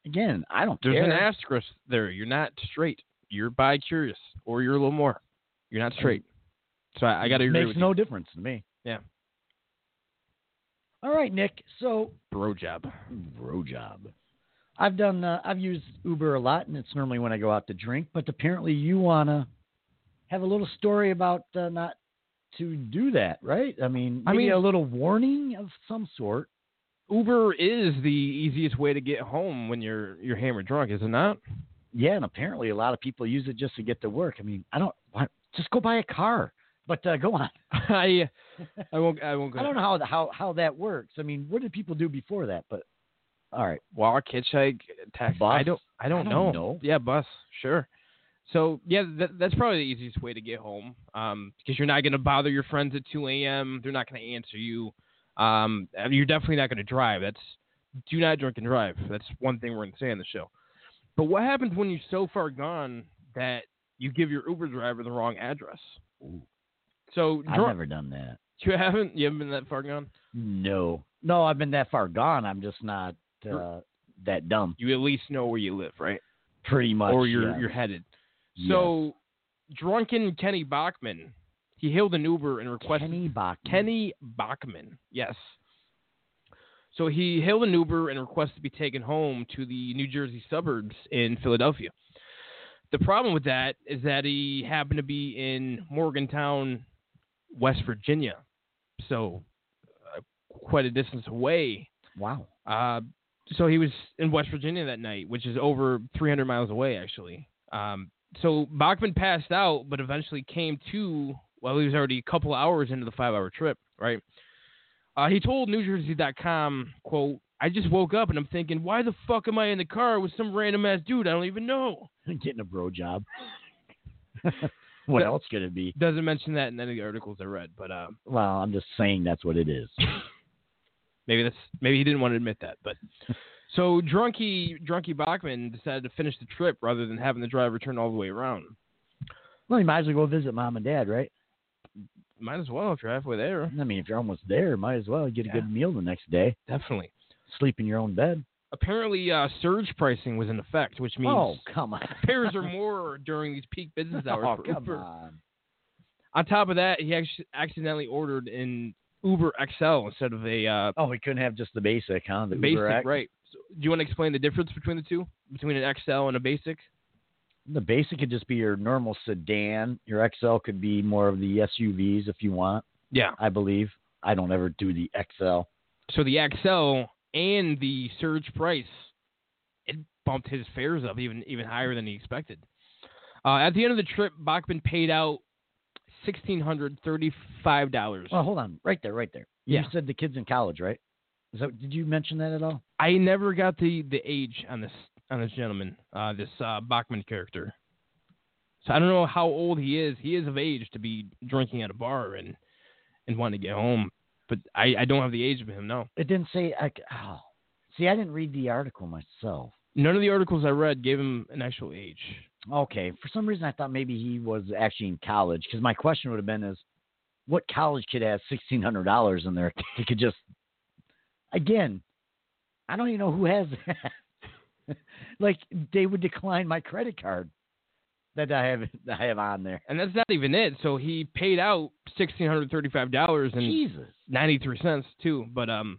Again, I don't
there's
care.
an asterisk there. You're not straight. You're bi curious, or you're a little more. You're not straight. So I, I got to agree
Makes
with
no
you.
difference to me.
Yeah.
All right, Nick. So
Bro job.
road job. I've done. Uh, I've used Uber a lot, and it's normally when I go out to drink. But apparently, you wanna have a little story about uh, not to do that, right? I mean,
I
maybe
mean-
a little warning of some sort.
Uber is the easiest way to get home when you're you're hammered drunk, is it not?
Yeah, and apparently, a lot of people use it just to get to work. I mean, I don't. Why, just go buy a car. But uh, go on.
I I won't I won't go.
I don't know how, how how that works. I mean, what did people do before that? But all right.
Walk, hitchhike, taxi.
Bus?
I don't I don't,
I don't
know.
know.
Yeah, bus, sure. So yeah, that, that's probably the easiest way to get home um, because you're not going to bother your friends at 2 a.m. They're not going to answer you. Um, and you're definitely not going to drive. That's do not drink and drive. That's one thing we're going to say on the show. But what happens when you're so far gone that you give your Uber driver the wrong address? So
I've
drunk,
never done that.
You haven't? You haven't been that far gone?
No, no, I've been that far gone. I'm just not uh, that dumb.
You at least know where you live, right?
Pretty much.
or you're
yeah.
you're headed.
Yes.
So drunken Kenny Bachman, he hailed an Uber and requested
Kenny Bachman.
Kenny Bachman, yes. So he hailed an Uber and requested to be taken home to the New Jersey suburbs in Philadelphia. The problem with that is that he happened to be in Morgantown, West Virginia, so uh, quite a distance away
Wow.
Uh, so he was in West Virginia that night, which is over 300 miles away, actually. Um, so Bachman passed out, but eventually came to. Well, he was already a couple hours into the five-hour trip, right? Uh, he told NewJersey.com, "quote I just woke up and I'm thinking, why the fuck am I in the car with some random ass dude I don't even know?"
Getting a bro job. what else could it be?
Doesn't mention that in any of the articles I read, but uh,
Well, I'm just saying that's what it is.
Maybe that's maybe he didn't want to admit that, but so drunky drunky Bachman decided to finish the trip rather than having the driver turn all the way around.
Well, you might as well go visit mom and dad, right?
Might as well if you're halfway there.
I mean, if you're almost there, might as well get a good meal the next day,
Definitely.
sleep in your own bed.
Apparently, uh, surge pricing was in effect, which means
oh, come on.
pairs or more during these peak business hours.
oh,
for
come
Uber.
on.
On top of that, he actually accidentally ordered an Uber XL instead of a uh,
Oh, we couldn't have just the basic, huh? The
basic,
Uber X?
right? So, do you want to explain the difference between the two, between an XL and a basic?
The basic could just be your normal sedan. Your XL could be more of the SUVs if you want,
Yeah.
I believe. I don't ever do the XL.
So the XL and the surge price, it bumped his fares up even even higher than he expected. Uh, at the end of the trip, Bachman paid out sixteen hundred thirty five dollars.
Well, hold on, right there, right there. You
Yeah.
said the kids in college, right? Is that, did you mention that at all?
I never got the the age on this on this gentleman, uh, this uh, Bachman character. So I don't know how old he is. He is of age to be drinking at a bar and and wanting to get home, but I, I don't have the age of him. No,
It didn't say. I, c- oh, see, I didn't read the article myself.
none of the articles I read gave him an actual age.
Okay, for some reason I thought maybe he was actually in college because my question would have been is, what college kid has sixteen hundred dollars in there? They could just, again, I don't even know who has that. like they would decline my credit card that I have that I have on there.
and that's not even it. So he paid out sixteen hundred thirty-five dollars and
Jesus.
ninety-three cents too, but um,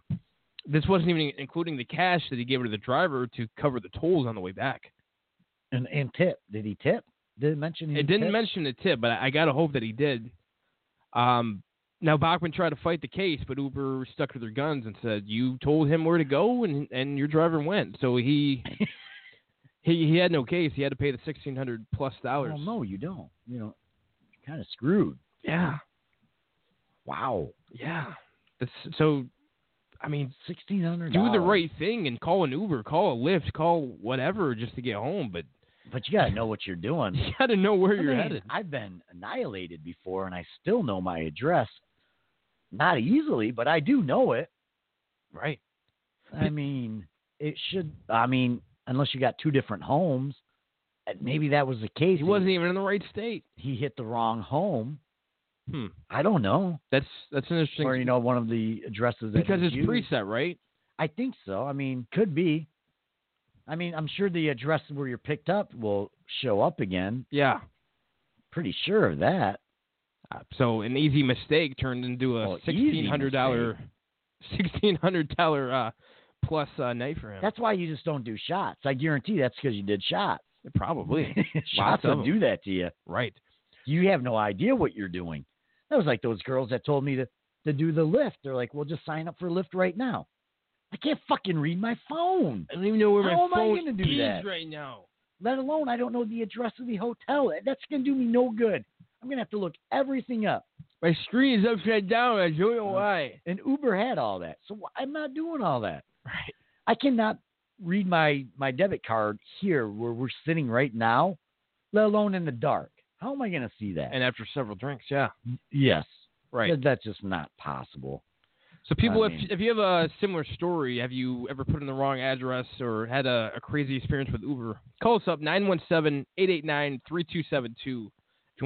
this wasn't even including the cash that he gave to the driver to cover the tolls on the way back.
And and tip? Did he tip? Did it mention? he
It didn't
tipped?
mention the tip, but I, I gotta hope that he did. Um, now Bachman tried to fight the case, but Uber stuck to their guns and said, "You told him where to go, and and your driver went." So he. He, he had no case. He had to pay the sixteen hundred plus dollars.
Well, Oh, no, you don't. You know, you're kind of screwed.
Yeah,
Wow,
yeah. That's- so, I mean,
sixteen hundred.
do the right thing and call an Uber, call a Lyft, call whatever just to get home. But
but you gotta know what you're doing.
you got to know where
I
you're
mean,
headed.
I've been annihilated before, and I still know my address. Not easily, but I do know it.
Right.
I mean, it should. I mean, unless you got two different homes, uh, maybe that was the case.
He wasn't even in the right state.
He hit the wrong home,
Hmm.
I don't know.
That's that's an interesting
Or you know, one of the addresses that
because
he
it's
used.
preset, right?
I think so. I mean, could be. I mean, I'm sure the address where you're picked up will show up again.
Yeah.
Pretty sure of that.
Uh, So an easy mistake turned into a
Oh, easy
sixteen hundred dollar, sixteen hundred dollar uh, plus uh, night for him.
That's why you just don't do shots. I guarantee that's because you did shots.
probably
shots will
of 'em.
do that to you.
right.
You have no idea what you're doing. That was like those girls that told me to, to do the lift. They're like, well, just sign up for Lyft right now. I can't fucking read my phone,
I don't even know where
How am
my
I
phone
gonna do
is
that?
right now.
let alone I don't know the address of the hotel. That's going to do me no good. I'm going to have to look everything up.
My screen is upside down. I don't know
Uh,
why.
And Uber had all that. So wh- I'm not doing all that.
Right.
I cannot read my, my debit card here where we're sitting right now, let alone in the dark. How am I going to see that?
And after several drinks, yeah,
yes.
right.
That- that's just not possible.
So people,
I
if
mean-
if you have a similar story, have you ever put in the wrong address or had a, a crazy experience with Uber? Call us up 917-889-3272 if you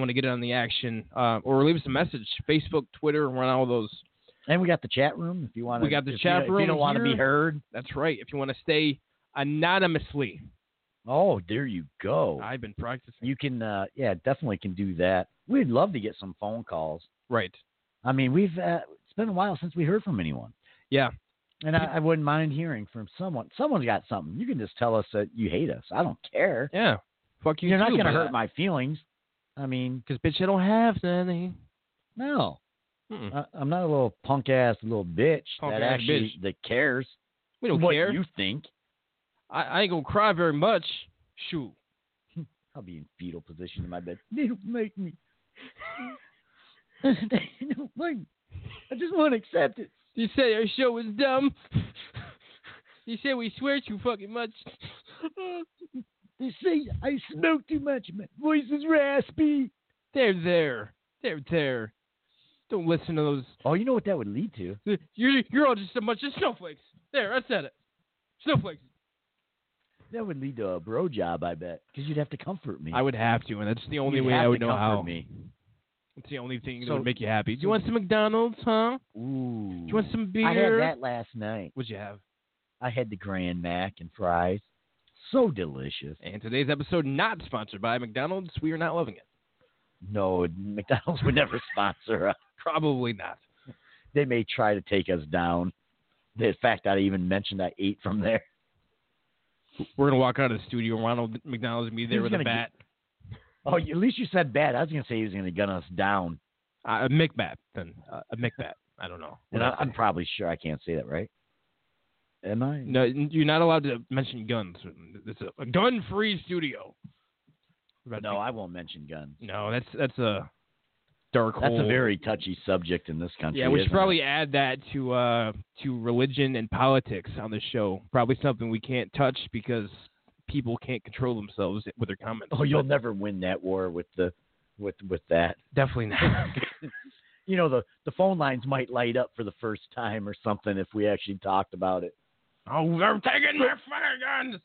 want to get in on the action, uh, or leave us a message. Facebook, Twitter, we're on all those.
And we got the chat room if you want to.
We got the
if
chat
you, If
room
you don't want to be
here.
heard.
That's right. If you want to stay anonymously,
Oh, there you go.
I've been practicing.
you can, uh, yeah, definitely can do that. We'd love to get some phone calls.
Right.
I mean, we've uh, it's been a while since we heard from anyone.
Yeah.
And I, I wouldn't mind hearing from someone. Someone's got something. You can just tell us that you hate us. I don't care.
Yeah. Fuck you.
You're not going to hurt my feelings. I mean,
Because bitch, I don't have nothing.
no.
Mm-mm.
I, I'm not a little punk ass little bitch that
Punk-ass
actually
bitch.
that cares
We don't
what
care.
you think.
I, I ain't gonna cry very much. Shoot.
I'll be in fetal position in my bed. They don't like me. they don't like me. I just want to accept it.
You said our show was dumb. you said we swear too fucking much.
They say I smoke too much. My voice is raspy.
They're there. They're there. Don't listen to
Oh, you know what that would lead to?
those. You're, you're all just a bunch of snowflakes. There, I said it. Snowflakes.
That would lead to a bro job, I bet, because you'd have to comfort me.
I would have to, and that's the only
You'd
way
have
I
to
would know
comfort
how.
Me.
It's the only thing that
So-
would make you happy. Do you
so-
want some McDonald's, huh?
Ooh.
Do you want some beer?
I had that last night.
What'd you have?
I had the Grand Mac and fries. So delicious.
And today's episode not sponsored by McDonald's. We are not loving it.
No, McDonald's would never sponsor us.
Probably not.
They may try to take us down. The fact that I even mentioned I ate from there.
We're gonna walk out of the studio. Ronald McDonald's gonna be there
He's
with
gonna
a bat,
Oh, you- at least you said bad. I was gonna say he was gonna gun us down,
uh, a McBat, then uh, a McBat. I don't know.
and I, I'm probably sure I can't say that, right? Am I?
No, you're not allowed to mention guns. It's a, a gun-free studio. About
No, I won't mention guns.
no, that's that's a dark
That's
hole.
a very touchy subject in this country.
yeah. We should
isn't it?
probably add that to uh, to religion and politics on the show. Probably something we can't touch because people can't control themselves with their comments.
Oh, you'll never win that war with the with with that.
definitely not.
You know, the the phone lines might light up for the first time or something if we actually talked about it.
Oh, they're taking my fire guns.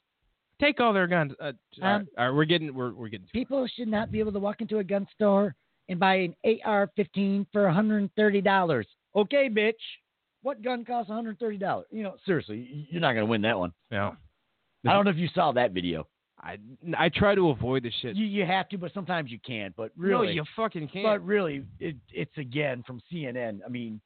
Take all their guns. Uh, all, right,
Um,
all right, we're getting we're we're getting.
People should not be able to walk into a gun store and buy an AR-15 for $130.
Okay, bitch. What gun costs $130? You know, seriously, y- you're not going to win that one.
No,
I don't know if you saw that video.
I I try to avoid the shit.
You you have to, but sometimes you can't. But really,
No, you fucking can't.
But really, it, it's again from CNN. I mean,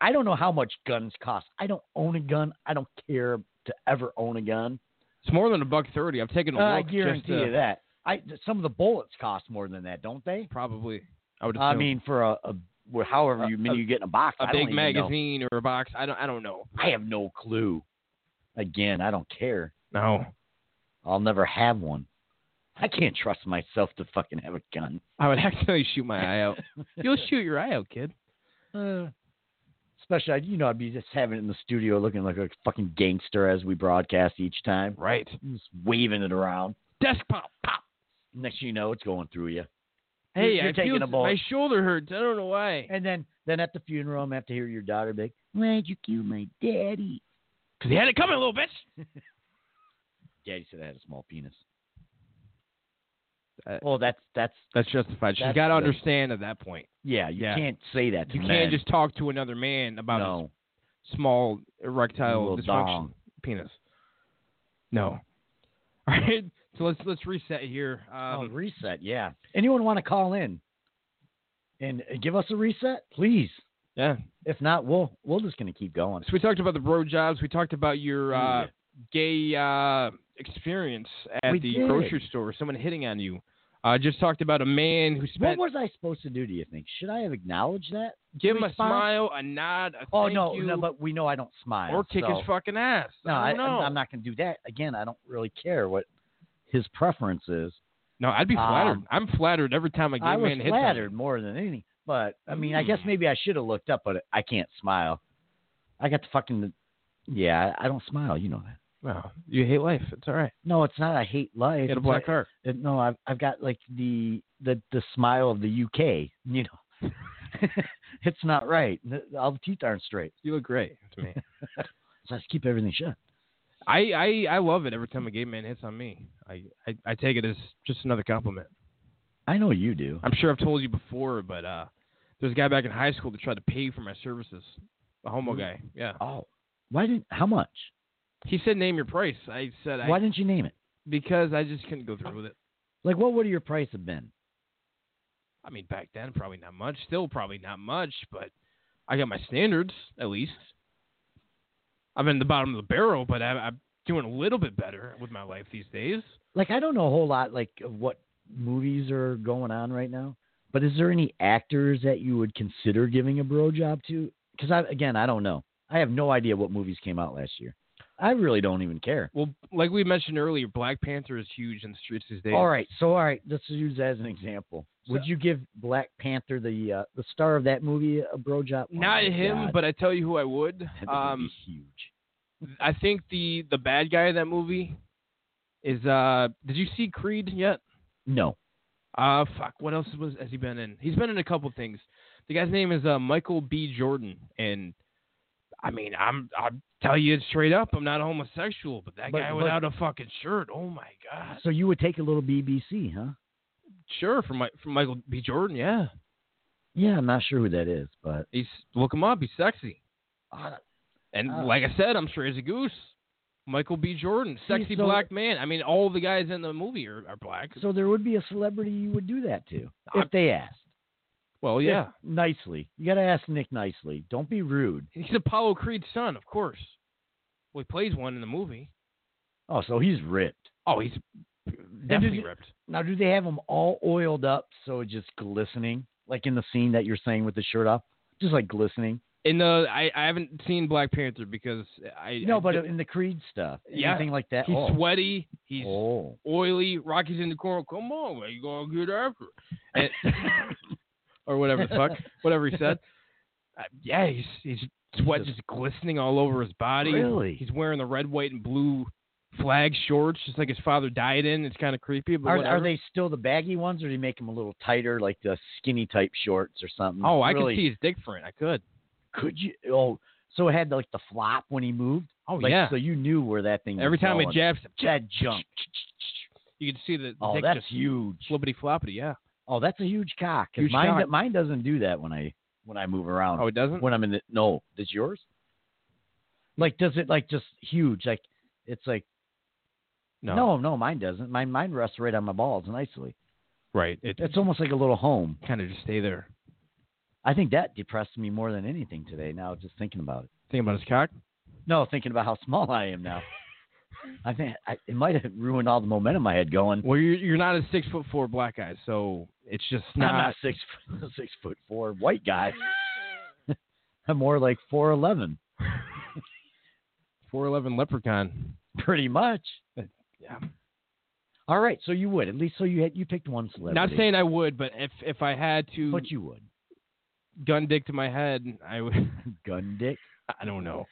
I don't know how much guns cost. I don't own a gun. I don't care to ever own a gun.
it's more than a buck thirty. I've taken a
Uh,
look.
I guarantee
just to-
you that. I some of the bullets cost more than that, don't they?
Probably. I would.
I
assume.
mean, for a, a well, however you many
A-
you get in a box,
a
I don't
big
even
magazine or a box. I don't. I don't know.
Know. I have no clue. Again, I don't care.
No.
I'll never have one. I can't trust myself to fucking have a gun.
I would accidentally shoot my eye out. uh, You'll shoot your eye out, kid.
Uh, especially, I'd- you know, I'd be just having it in the studio looking like a fucking gangster as we broadcast each time,
Right.
just waving it around.
Desk pop pop.
Next thing you know, it's going through you.
Hey,
You're
I
taking
feel
a bullet.
my shoulder hurts. I don't know why.
And then, then at the funeral, I'm have to hear your daughter be like,
Why'd you kill my daddy?
Cause he had it coming, little bitch.
"Daddy said I had a small penis."
Uh,
Well, that's that's
that's justified. She's
that's
got to
the-
understand at that point.
yeah. You
Yeah.
can't say that. To
You
men.
can't just talk to another man about his
no.
small erectile
Little
dysfunction
dong.
penis. No. All right. So let's let's reset here.
Oh,
Um,
reset. Yeah. Anyone want to call in and uh, give us a reset, please?
yeah.
If not, we'll we're just gonna keep going.
So we talked about the bro jobs. We talked about your uh,
Yeah.
gay uh, experience at
We
the
did.
grocery store. Someone hitting on you. Uh, just talked about a man who
What
spent.
was I supposed to do? Do you think? Should I have acknowledged that?
give him a
response?
smile, a nod, a
Oh
thank
no,
you,
no, but we know I don't smile.
or kick
so-
his fucking ass.
No, I,
I don't know.
I'm not gonna do that. Again, I don't really care what his preference is.
No, I'd be
Um,
flattered. I'm flattered every time Mm. a gay
I was
man hits on me.
flattered more than anything. But I mean, I guess maybe I should have looked up, but I can't smile. I got the fucking yeah. I I don't smile. You know that.
Wow, you hate life. It's all right.
No, it's not. I hate life.
Get a
It's
black
like-
heart.
it- no, I've I've got like the the the smile of the UK. You know, it's not right. The- All the teeth aren't straight.
You look great to me.
So I just keep everything shut.
I, I I love it every time a gay man hits on me. I, I I take it as just another compliment.
I know you do.
I'm sure I've told you before, but uh, there's a guy back in high school that tried to pay for my services. A homo guy. Yeah.
Oh, why didn't? How much?
He said name your price. I said
why
I
didn't you name it?
because I just couldn't go through with it.
Like, what would your price have been?
I mean, back then probably not much. Still probably not much, but I got my standards at least. I'm in the bottom of the barrel, but I, I'm doing a little bit better with my life these days.
Like, I don't know a whole lot like of what movies are going on right now. But is there any actors that you would consider giving a bro job to? Because I again, I don't know. I have no idea what movies came out last year. I really don't even care.
Well, like we mentioned earlier, Black Panther is huge in the streets these days.
All right, so all right, let's use that as an example. Would
So-
you give Black Panther the uh, the star of that movie a bro job? Oh
Not
my
him,
God,
but I tell you who I would.
that would
Um,
be huge.
I think the the bad guy in that movie is. uh Did you see Creed yet?
No,
Uh fuck. What else was has he been in? He's been in a couple things. The guy's name is uh, Michael B. Jordan, and I mean, I'm I'll tell you it straight up, I'm not homosexual, but that
But-
guy
but-
without a fucking shirt, oh my god.
so you would take a little BBC, huh?
Sure, from my from Michael B. Jordan, yeah.
Yeah, I'm not sure who that is, but
He's look him up. He's sexy.
uh,
And
Oh.
like I said, I'm sure as a goose. Michael B. Jordan,
See,
sexy
so-
black man. I mean, all the guys in the movie are, are black.
so there would be a celebrity you would do that to
I-
if they asked.
well, Oh, yeah.
If- nicely. You got to ask Nick nicely. Don't be rude.
He's Apollo Creed's son, of course. Well, he plays one in the movie.
Oh, so he's ripped.
Oh, he's definitely
does-
ripped.
Now, do they have them all oiled up so it's just glistening, like in the scene that you're saying with the shirt off, just like glistening?
In the, uh, I, I haven't seen Black Panther because I I
No, but
did-
in the Creed stuff,
Yeah.
anything like that.
he's
oh.
sweaty. He's
Oh.
oily. Rocky's in the corner. Come on, man, you gonna get after? it." And- or whatever the fuck, whatever he said. Uh, yeah, he's he's sweat just glistening all over his body.
Really?
He's wearing the red, white, and blue flag shorts, just like his father died in. It's kind of creepy, but
Are, are
whatever.
they still the baggy ones, or do you make them a little tighter, like the skinny type shorts or something?
Oh, I
really,
could see his dick print. I could.
Could you? Oh, so it had like the flop when he moved.
Oh
Like,
yeah.
So you knew where that thing.
Every
was
time it
going.
jabs,
that jump.
you can see the, the
Oh,
dick
that's
just
huge.
flippity floppity. Yeah.
Oh, that's a huge cock. 'cause
Huge
mine,
cock.
mine doesn't do that when I when I move around.
Oh, it doesn't.
when I'm in the no, does yours? Like, does it like just huge? Like, it's like
No.
no, mine doesn't. Mine mine rests right on my balls nicely.
Right. It
It's almost like a little home.
kind of just stay there.
I think that depressed me more than anything today. Now just thinking about it.
Think about his cock.
No, thinking about how small I am now. I think I, it might have ruined all the momentum I had going.
Well, you're you're not a six foot four black guy, so it's just
I'm not six six foot four white guy. I'm more like four eleven,
four eleven leprechaun.
pretty much.
Yeah.
All right, so you would at least so you had you picked one celebrity.
Not saying I would, but if if I had to
but you would
gun dick to my head, I would.
gun dick.
I don't know.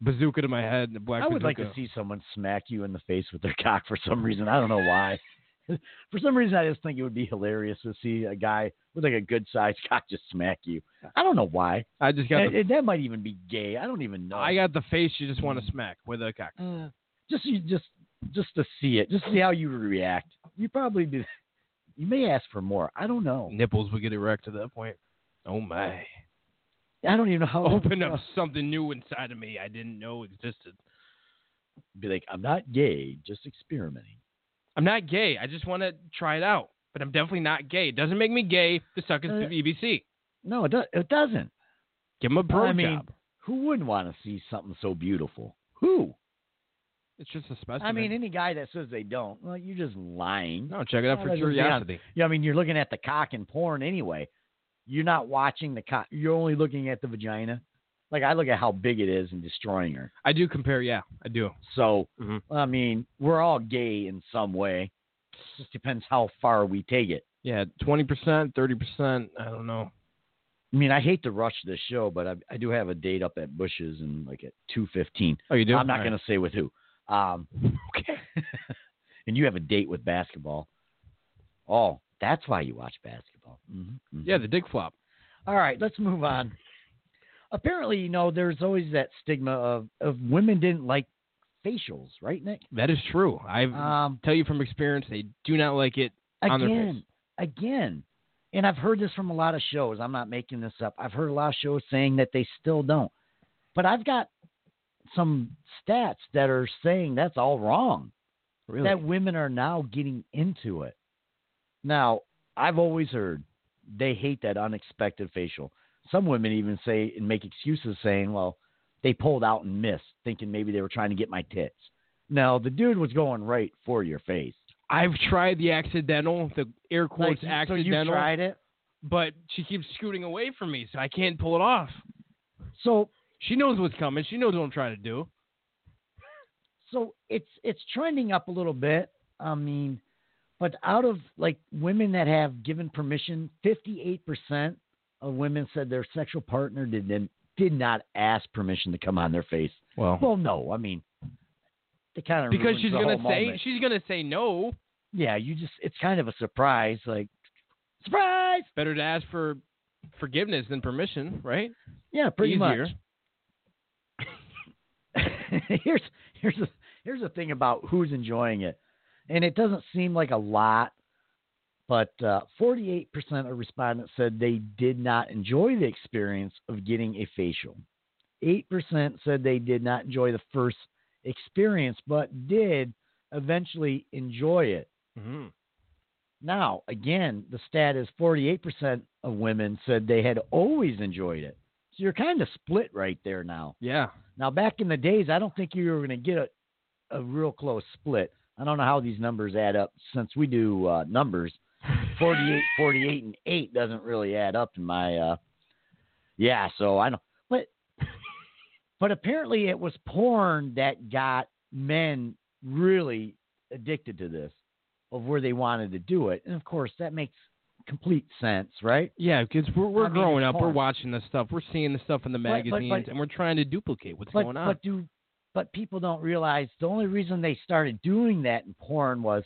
bazooka to my head, the black.
I would like to
bazooka.
see someone smack you in the face with their cock for some reason. I don't know why. for some reason, I just think it would be hilarious to see a guy with like a good sized cock just smack you. I don't know why.
I just got.
And-
The,
and that might even be gay. I don't even know.
I got the face you just
Mm.
want to smack with a cock.
uh, just you just just to see it, just see how you react. You probably be You may ask for more. I don't know.
Nipples would get erect at that point. Oh my!
I don't even know how.
Open up something new inside of me I didn't know existed.
Be like, I'm not gay, just experimenting.
I'm not gay. I just want to try it out. But I'm definitely not gay. It doesn't make me gay to suck his
Uh,
BBC.
No, it, do- it doesn't.
Give him a bro
I mean,
job.
Who wouldn't want to see something so beautiful? Who?
It's just a specimen.
I mean, any guy that says they don't, well, you're just lying.
no, check it out
that
for
doesn't sound-
curiosity.
Yeah, I mean, you're looking at the cock in porn anyway. You're not watching the cock. You're only looking at the vagina. Like I look at how big it is and destroying her.
I do compare. Yeah, I do.
So
Mhm.
I mean, we're all gay in some way. Just depends how far we take it.
Yeah, twenty percent, thirty percent. I don't know.
I mean, I hate to rush this show, but I, I do have a date up at Bush's and like at two fifteen.
Oh, you do?
I'm not
All right.
going to say with who. Um, okay. and you have a date with basketball. Oh, that's why you watch basketball. Mhm, mhm.
Yeah, the dick flop.
All right, let's move on. Apparently, you know, there's always that stigma of, of women didn't like facials, right, Nick?
That is true. I
Um,
tell you from experience, they do not like it. On their face.
again, again, and I've heard this from a lot of shows. I'm not making this up. I've heard a lot of shows saying that they still don't, but I've got some stats that are saying that's all wrong.
Really?
that women are now getting into it. Now, I've always heard they hate that unexpected facial. Some women even say and make excuses saying, well, they pulled out and missed, thinking maybe they were trying to get my tits. No, the dude was going right for your face.
I've tried the accidental, the air quotes
Like, so you
accidental,
tried it.
but she keeps scooting away from me, so I can't pull it off.
So,
She knows what's coming. She knows what I'm trying to do.
so it's it's trending up a little bit. I mean, but out of like women that have given permission, 58% of women said their sexual partner did them did not ask permission to come on their face. Well, no, I mean, they kind of
because she's
gonna
gonna say she's gonna say no.
yeah, you just it's kind of a surprise, like surprise.
Better to ask for forgiveness than permission, right?
Yeah, pretty
Easier.
much. here's here's a, here's the thing about who's enjoying it, and it doesn't seem like a lot, but uh, 48% of respondents said they did not enjoy the experience of getting a facial. Eight percent said they did not enjoy the first experience, but did eventually enjoy it.
Mm-hmm.
Now, again, the stat is 48% of women said they had always enjoyed it. So you're kind of split right there now.
Yeah.
Now, back in the days, I don't think you were going to get a, a real close split. I don't know how these numbers add up since we do uh, numbers. 48, 48, and 8 doesn't really add up in my. Uh, yeah, so I don't. But, but apparently it was porn that got men really addicted to this of where they wanted to do it. And of course, that makes complete sense, right?
Yeah, because we're, we're
I mean,
growing
it's
up, we're
hard.
watching this stuff, we're seeing the stuff in the
But- but-
magazines,
but-
and we're trying to duplicate what's
but,
going on.
But do but people don't realize the only reason they started doing that in porn was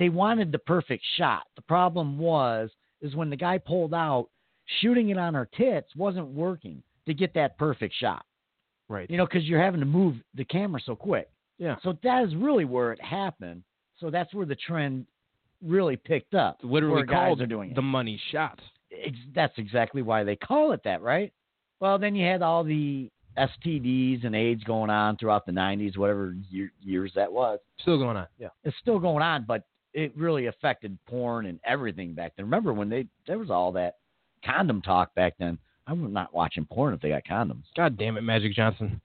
they wanted the perfect shot. The problem was is when the guy pulled out, shooting it on her tits wasn't working to get that perfect shot.
right.
You know, because you're having to move the camera so quick.
Yeah.
So that is really where it happened. So that's where the trend really picked up.
Literally
where guys
called
are doing it
the money shot.
ex- that's exactly why they call it that, right? Well, then you had all the STDs and AIDS going on throughout the 90s, whatever year, years that was.
Still going on. Yeah.
It's still going on, but it really affected porn and everything back then. Remember when they there was all that condom talk back then? I'm not watching porn if they got condoms.
God damn it, Magic Johnson.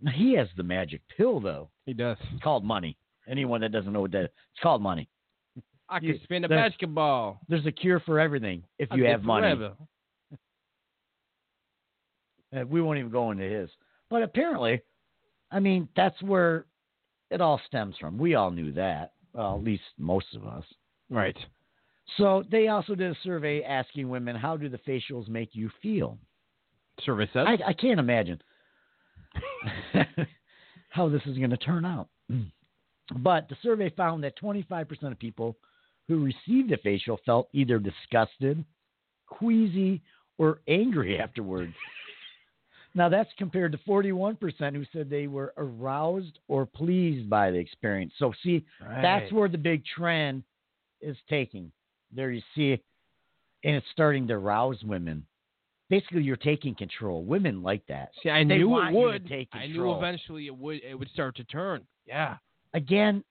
Now, he has the magic pill though.
He does.
It's called money. Anyone that doesn't know what that is, it's called money.
I
You-
can spin a
there's-
basketball.
There's a cure for everything if you
I
have
live
money.
forever.
Uh, we won't even go into his. But apparently, I mean, that's where it all stems from. We all knew that, well, at least most of us.
Right.
So they also did a survey asking women, how do the facials make you feel?
Survey says.
I, I can't imagine how this is going to turn out. But the survey found that 25% of people who received a facial felt either disgusted, queasy, or angry afterwards. now, that's compared to 41% who said they were aroused or pleased by the experience. So, see, that's where the big trend is taking. There you see, and it's starting to rouse women. Basically, you're taking control. Women like that.
See, I
They
knew it
want you to
would.
take
I knew
control.
eventually it would. It would start to turn. Yeah.
Again,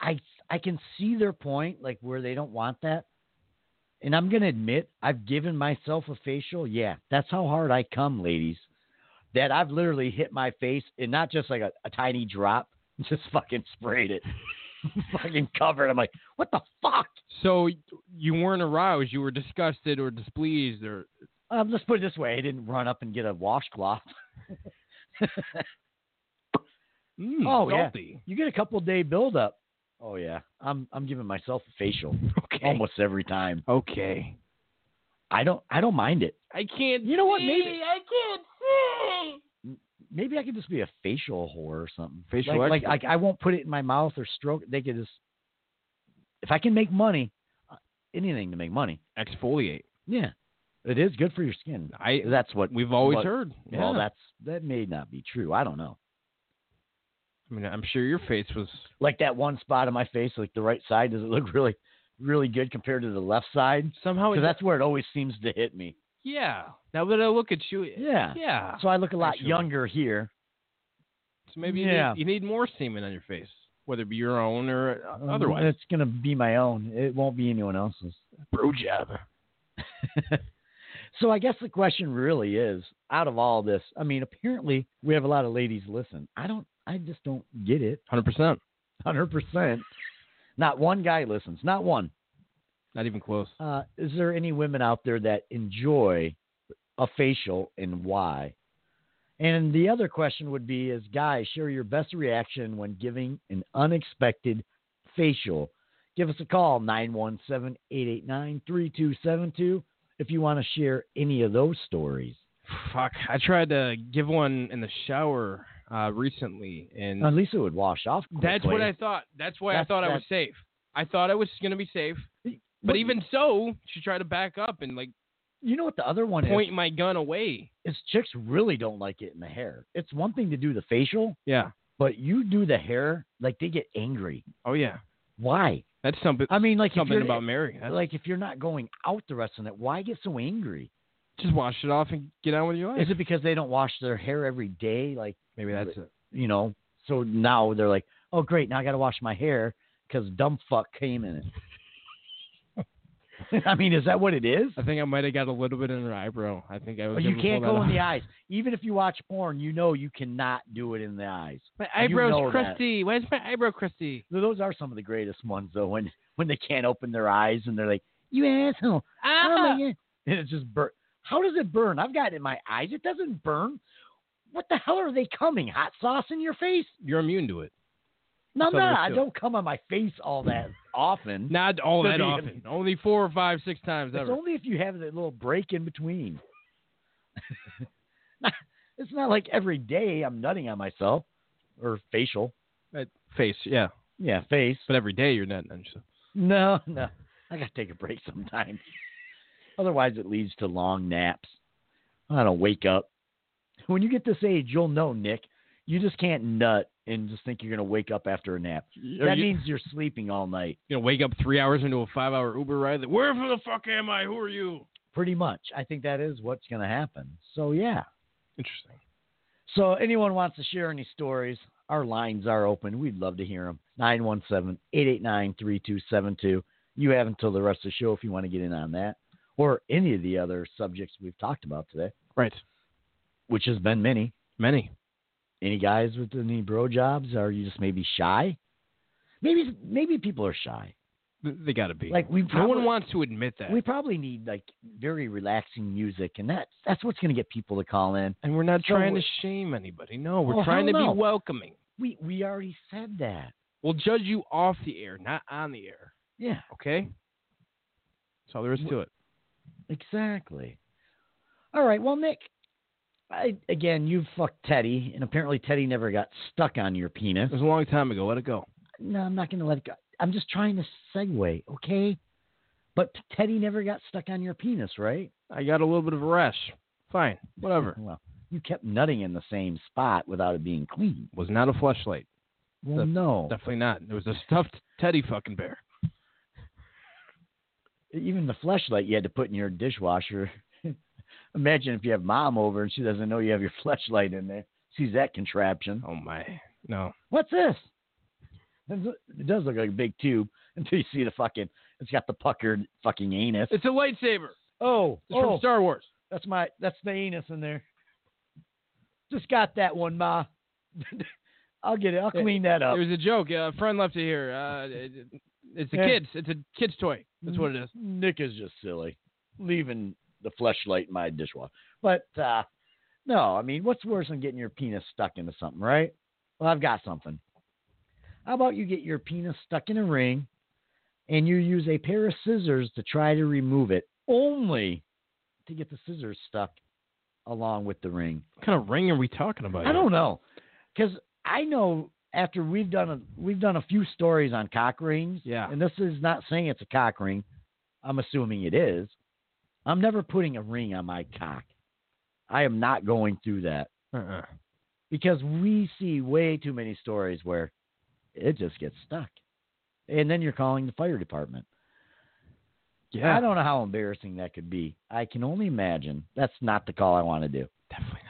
I I can see their point, like where they don't want that. And I'm gonna admit, I've given myself a facial. Yeah, that's how hard I come, ladies. That I've literally hit my face, and not just like a, a tiny drop, just fucking sprayed it, fucking covered. I'm like, what the fuck?
So y- you weren't aroused. You were disgusted or displeased or
Um, let's put it this way: I didn't run up and get a washcloth.
mm,
Oh, yeah.
salty.
you get a couple day buildup. Oh yeah, I'm I'm giving myself a facial
Okay.
almost every time.
Okay.
I don't I don't mind it.
I can't.
You know what?
see.
Maybe I can't see. Maybe I could just be a facial whore or something.
Facial
like, like
expert.
like I won't put it in my mouth or stroke. They could just if I can make money, uh, anything to make money.
exfoliate.
Yeah, it is good for your skin.
I.
That's what.
We've always
what-
heard.
Well,
Yeah.
that's that may not be true. I don't know.
I mean, I'm sure your face was.
like that one spot on my face, like the right side, does it look really, really good compared to the left side?
Somehow, Oh, it,
Because that's where it always seems to hit me.
yeah. Now that I look at you, it-
Yeah.
yeah.
So I look a lot
Actually.
younger here.
So maybe
Yeah.
you, need, you need more semen on your face, whether it be your own or uh, otherwise.
Um, it's gonna be my own. It won't be anyone else's.
bro job.
So I guess the question really is, out of all this, I mean, apparently we have a lot of ladies listen. I don't. I just don't get it.
Hundred percent.
Hundred percent. Not one guy listens. Not one.
Not even close.
Uh, is there any women out there that enjoy a facial and why? And the other question would be is guys, share your best reaction when giving an unexpected facial. Give us a call 917-889-3272 if you want to share any of those stories.
Fuck. I tried to give one in the shower uh, recently, and
At least it would wash off. Quickly.
that's what I thought. Uh, That's why I
That's-
thought I was
that's-
safe. I thought I was gonna be safe. But even so, she tried to back up and like
you know what the other one
point my gun away.
is? Is chicks really don't like it in the hair. It's one thing to do the facial,
Yeah.
but you do the hair like they get angry.
Oh yeah.
Why?
That's something.
I mean, like if
something
you're, eh,
about Mary. That's-
like if you're not going out the rest of the night, why get so angry?
just wash it off and get on with your life.
Is it because they don't wash their hair every day? Like
Maybe that's it.
you know, so now they're like, oh great, now I got to wash my hair because dumb fuck came in it. I mean, is that what it is?
I think I might have got a little bit in her eyebrow. I think I was.
you
able to
can't
pull
go in
that
the
off.
eyes. Even if you watch porn, you know you cannot do it in the eyes.
My
You
eyebrow's
know that.
crusty. Why is my eyebrow crusty?
So Those are some of the greatest ones though. When when they can't open their eyes and they're like, you asshole. Oh my God. And it just burn. How does it burn? I've got it in my eyes. It doesn't burn. What the hell are they coming? Hot sauce in your face?
You're immune to it.
No, I'm
That's how
not.
they
I
feel.
don't come on my face all that often.
Not all
To
that
be-
often. Only four or five, six times
it's
ever.
only if you have that little break in between. Not- it's not like every day I'm nutting on myself or facial.
That face, yeah.
Yeah, face.
But every day you're not. I'm just-
No, no. I got to take a break sometimes. Otherwise, it leads to long naps. I don't wake up. When you get this age, you'll know, Nick. You just can't nut and just think you're going to wake up after a nap.
Are
that
you,
means you're sleeping all night,
you know, wake up three hours into a five-hour Uber ride. Like, Where the fuck am I? Who are you?
pretty much. I think that is what's going to happen. So, yeah.
Interesting.
So, anyone wants to share any stories, our lines are open. We'd love to hear them. 917 889 3272. You have until the rest of the show if you want to get in on that or any of the other subjects we've talked about today,
Right.
which has been many.
Many.
Any guys with any bro jobs? Are you just maybe shy? Maybe maybe people are shy.
Th- They gotta be.
Like we
no
probably,
one wants to admit that.
we probably need like very relaxing music, and that's that's what's going to get people to call in.
and we're not
So
trying to
we-
shame anybody. No, we're
Oh,
trying to
hell no.
be welcoming.
We we already said that.
We'll judge you off the air, not on the air.
Yeah,
Okay. That's all there is to it.
exactly. All right, well, Nick, I, again, you fucked Teddy, and apparently Teddy never got stuck on your penis.
It was a long time ago. Let it go.
No, I'm not going to let it go. I'm just trying to segue, okay? But Teddy never got stuck on your penis, right?
I got a little bit of a rash. Fine. Whatever.
Well, you kept nutting in the same spot without it being clean.
Was not a flashlight.
Well, no.
Definitely not. It was a stuffed teddy fucking bear.
even the flashlight you had to put in your dishwasher. Imagine if you have mom over and she doesn't know you have your flashlight in there. Sees that contraption.
Oh my, no.
What's this? It does look like a big tube until you see the fucking. It's got the puckered fucking anus.
It's a lightsaber.
Oh,
It's from Star Wars.
that's my. That's the anus in there. Just got that one, ma. I'll get it. I'll
Yeah.
clean that up.
It was a joke. Uh, a friend left it here. Uh, it- it's a
Yeah.
kid's. It's a kid's toy. That's what it is.
Nick is just silly, leaving the fleshlight in my dishwasher. But uh, no, I mean, what's worse than getting your penis stuck into something, right? Well, I've got something. How about you get your penis stuck in a ring, and you use a pair of scissors to try to remove it, only to get the scissors stuck along with the ring.
What kind of ring are we talking about?
I don't know, because I know after we've done a we've done a few stories on cock rings.
Yeah.
and this is not saying it's a cock ring. I'm assuming it is. I'm never putting a ring on my cock. I am not going through that
Uh-uh.
because we see way too many stories where it just gets stuck, and then you're calling the fire department.
Yeah.
I don't know how embarrassing that could be. I can only imagine. That's not the call I want to do.
Definitely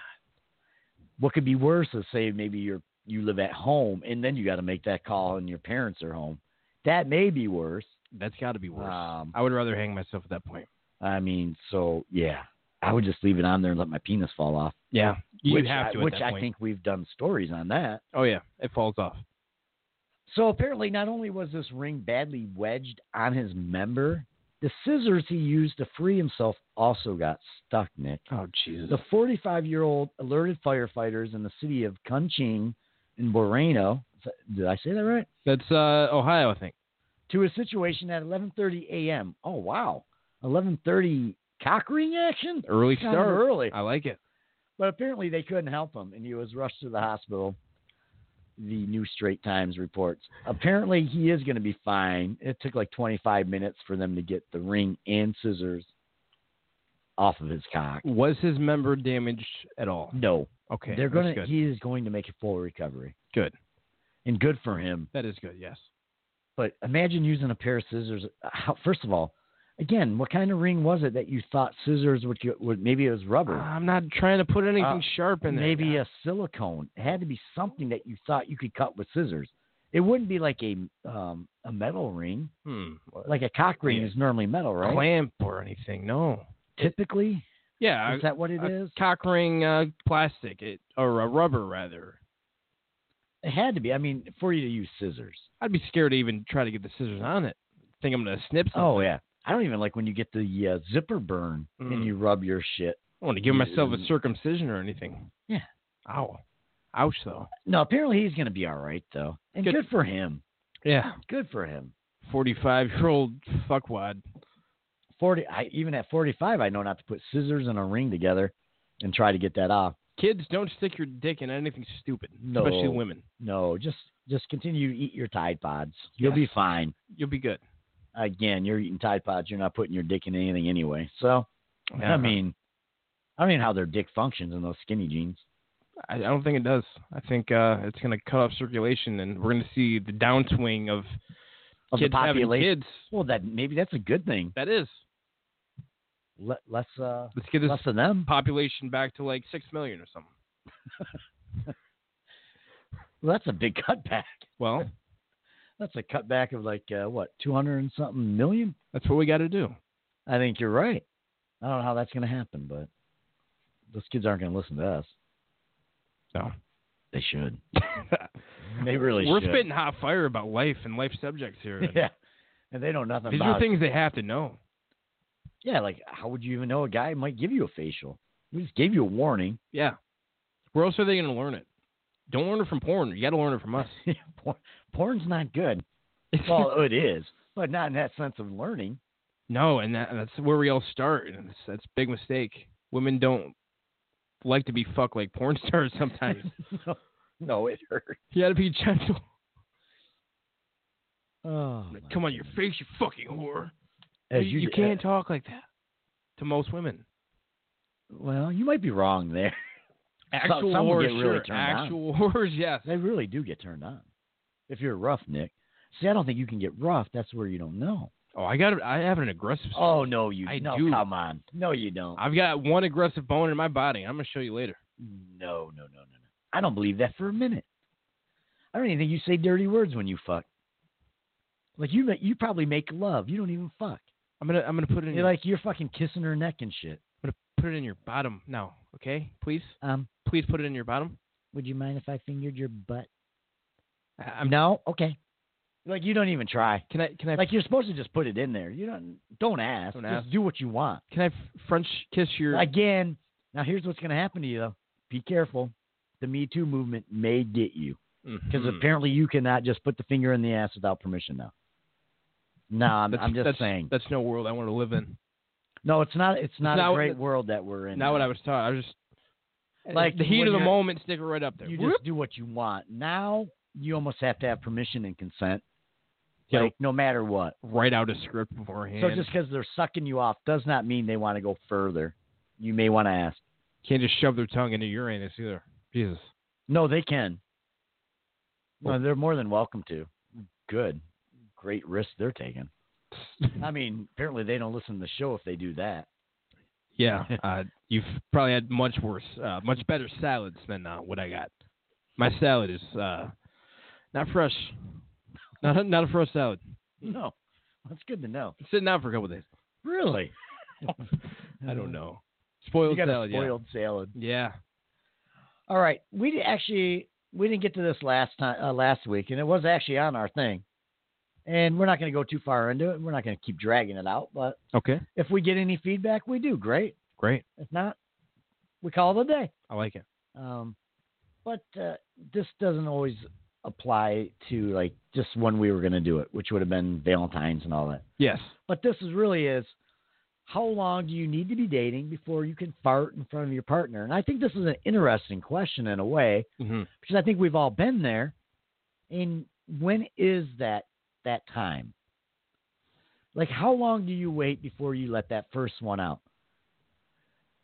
what could be worse is say maybe you're you live at home and then you got to make that call and your parents are home. That may be worse.
not. That's got to be worse.
Um,
I would rather hang myself at that point.
I mean, so yeah, I would just leave it on there and let my penis fall off.
Yeah. You
which
have
I,
to. at
which
that
I
point.
think we've done stories on that.
Oh yeah, it falls off.
So apparently, not only was this ring badly wedged on his member, the scissors he used to free himself also got stuck, Nick.
Oh Jesus.
The 45 year old alerted firefighters in the city of Kunching in Moreno. Did I say that right?
That's uh, Ohio, I think.
to a situation at 11:30 a.m. Oh wow, 11:30 cock ring action.
Early
Kind of
start.
early.
I like it.
But apparently they couldn't help him, and he was rushed to the hospital. The New Straight Times reports. Apparently he is going to be fine. It took like 25 minutes for them to get the ring and scissors off of his cock.
Was his member damaged at all?
No,
Okay.
they're
that's
going to.
Good.
He is going to make a full recovery.
Good.
And good for him.
That is good. Yes.
But imagine using a pair of scissors. How, first of all, again, what kind of ring was it that you thought scissors would get? Would, maybe it was rubber.
I'm not trying to put anything
Uh,
sharp in there.
maybe
guy.
a silicone. It had to be something that you thought you could cut with scissors. It wouldn't be like a um, a metal ring.
hmm.
Like a cock ring
Yeah.
is normally metal, right?
clamp or anything. No.
Typically,
Yeah. uh,
is that what it
a
is?
Cock ring uh, plastic it, or a rubber rather.
It had to be. I mean, for you to use scissors.
I'd be scared to even try to get the scissors on it. Think I'm gonna snip something.
Oh yeah. I don't even like when you get the uh, zipper burn
Mhm.
and you rub your shit.
I want to give myself a
Mm.
circumcision or anything.
Yeah.
Ow. Ouch though.
No, apparently he's gonna be all right though, and
Good.
good for him.
Yeah.
Good for him.
Forty five year old fuckwad.
40 I, even at 45 i know not to put scissors and a ring together and try to get that off
Kids, don't stick your dick in anything stupid.
No.
Especially women.
no just just continue to eat your tide pods you'll
Yes.
be fine
You'll be good.
again you're eating tide pods you're not putting your dick in anything anyway so i mean i don't even know how their dick functions in those skinny jeans
I, I don't think it does. I think uh, it's going to cut off circulation, and we're going to see the downswing of,
of
kids
the population
having kids.
well that maybe that's a good thing
That is.
Let, less uh
Let's get this
less of them
population back to like six million or something.
well, that's a big cutback
Well,
that's a cutback of like uh, what 200 and something million
that's what we got to do.
I think you're right. I don't know how that's going to happen, but those kids aren't going to listen to us.
No.
They should. They really
We're
should.
spitting hot fire about life and life subjects here. and
yeah. And they know nothing
These
about
are things they have to know.
it. Yeah, like how would you even know a guy might give you a facial? We just gave you a warning.
Yeah. Where else are they going to learn it? Don't learn it from porn. You got to learn it from us.
Porn, porn's not good. Well, it is, but not in that sense of learning.
No, and that, that's where we all start, and it's, that's a big mistake. Women don't like to be fucked like porn stars sometimes.
no, no, it hurts.
you gotta be gentle.
Oh,
Like,
my
Come on, your
goodness.
face, you fucking whore.
As uh,
you, you can't talk like that to most women.
well, you might be wrong there.
Actual
some will
whores,
get really
sure.
turned on.
Actual whores, yes.
They really do get turned on. If you're rough, Nick. See, I don't think you can get rough. That's where you don't know.
Oh, I got. I have an aggressive.
Oh no, you
I
no,
do.
come on. No, you don't.
I've got one aggressive bone in my body. I'm gonna show you later.
No, no, no, no, no. I don't believe that for a minute. I don't even think you say dirty words when you fuck. Like you, ma- you probably make love. You don't even fuck.
I'm gonna. I'm gonna put it in.
You're
Your,
like you're fucking kissing her neck and shit.
I'm gonna put it in your bottom now. Okay, please,
Um,
please put it in your bottom.
Would you mind if I fingered your butt?
I- I'm.
no, okay. Like you don't even try.
Can I? Can I?
Like you're supposed to just put it in there. You don't don't ask.
Don't
just
ask.
do what you want.
can I French kiss your?
Again, now here's what's gonna happen to you though. Be careful. The Me Too movement may get you. Because
Mhm.
apparently you cannot just put the finger in the ass without permission now. No, I'm,
That's-
I'm just
that's-
saying.
That's no world I want to live in.
No, it's not. It's not
not-
a great world that we're in.
Not what I was taught. I was just
Like,
the heat
when
of the
you're-
moment, stick it right up there.
You
Whoop.
just do what you want. Now you almost have to have permission and consent.
Yeah.
Like no matter what.
write out a script beforehand.
So just because they're sucking you off does not mean they want to go further. You may want to ask.
can't just shove their tongue into your anus either. Jesus.
No, they can.
Oh.
No, they're more than welcome to. Good, great risk they're taking. I mean, apparently they don't listen to the show if they do that.
Yeah, uh, you've probably had much worse, uh, much better salads than uh, what I got. My salad is uh, not fresh. Not not a fresh salad.
No, that's good to know.
It's sitting out for a couple days.
Really?
I don't know. Spoiled
Mm-hmm. you got
salad.
a spoiled salad.
Yeah. Yeah.
All right, we did actually we didn't get to this last time uh, last week, and it was actually on our thing. And we're not going to go too far into it. We're not going to keep dragging it out. But
Okay.
if we get any feedback, we do great.
Great.
If not, we call it a day.
I like it.
Um, but uh, this doesn't always apply to like just when we were going to do it, which would have been Valentine's and all that.
Yes.
But this is really is how long do you need to be dating before you can fart in front of your partner? And I think this is an interesting question in a way
hmm
because I think we've all been there. And when is that that time? Like how long do you wait before you let that first one out?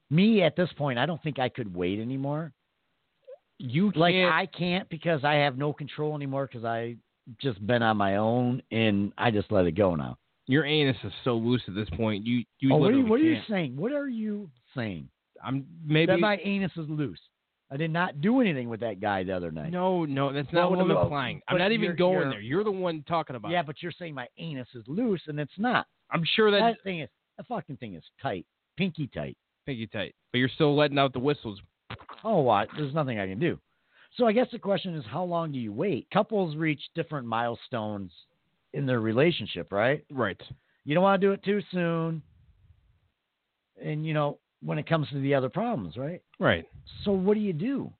Me at this point, I don't think I could wait anymore.
You
Like
can't-
I can't because I have no control anymore because I just been on my own and I just let it go now.
your anus is so loose at this point. You you
Oh, what are
literally
you, what are you
can't.
saying? What are you saying?
I'm maybe
That my anus is loose. I did not do anything with that guy the other night.
no no. That's not
Well,
what I'm
well,
implying. I'm
but
not even
you're-
going
you're-
there. You're the one talking about.
yeah,
it.
but you're saying my anus is loose and it's not.
I'm sure that's
That thing is the fucking thing is tight, pinky tight.
pinky tight, but you're still letting out the whistles.
Oh, what? There's nothing I can do. So I guess the question is, how long do you wait? Couples reach different milestones in their relationship, right?
Right.
You don't want to do it too soon, and you know when it comes to the other problems, right?
Right.
So what do you do?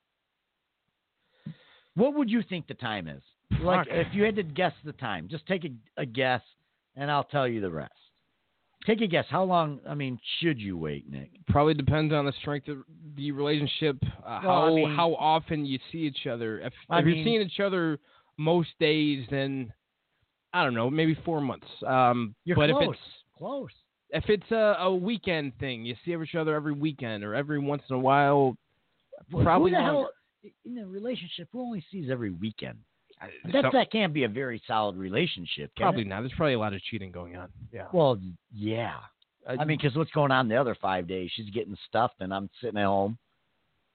What would you think the time is? Like
Fuck.
if you had to guess the time, just take a, a guess, and I'll tell you the rest. Take a guess. How long? I mean, should you wait, Nick?
Probably depends on the strength of the relationship, uh,
Well,
how
I mean-
how often you see each other. If,
I
if
mean-
you're seeing each other most days, then I don't know, maybe four months. Um,
You're
but
close.
if it's
Close.
if it's a, a weekend thing, you see each other every weekend or every once in a while.
Well,
probably
who the
longer.
hell in a relationship who only sees every weekend?
I-
That
so-
that can't be a very solid relationship. Can
probably
It?
not. There's probably a lot of cheating going on. Yeah.
Well, yeah. I mean, because what's going on the other five days? She's getting stuffed, and I'm sitting at home.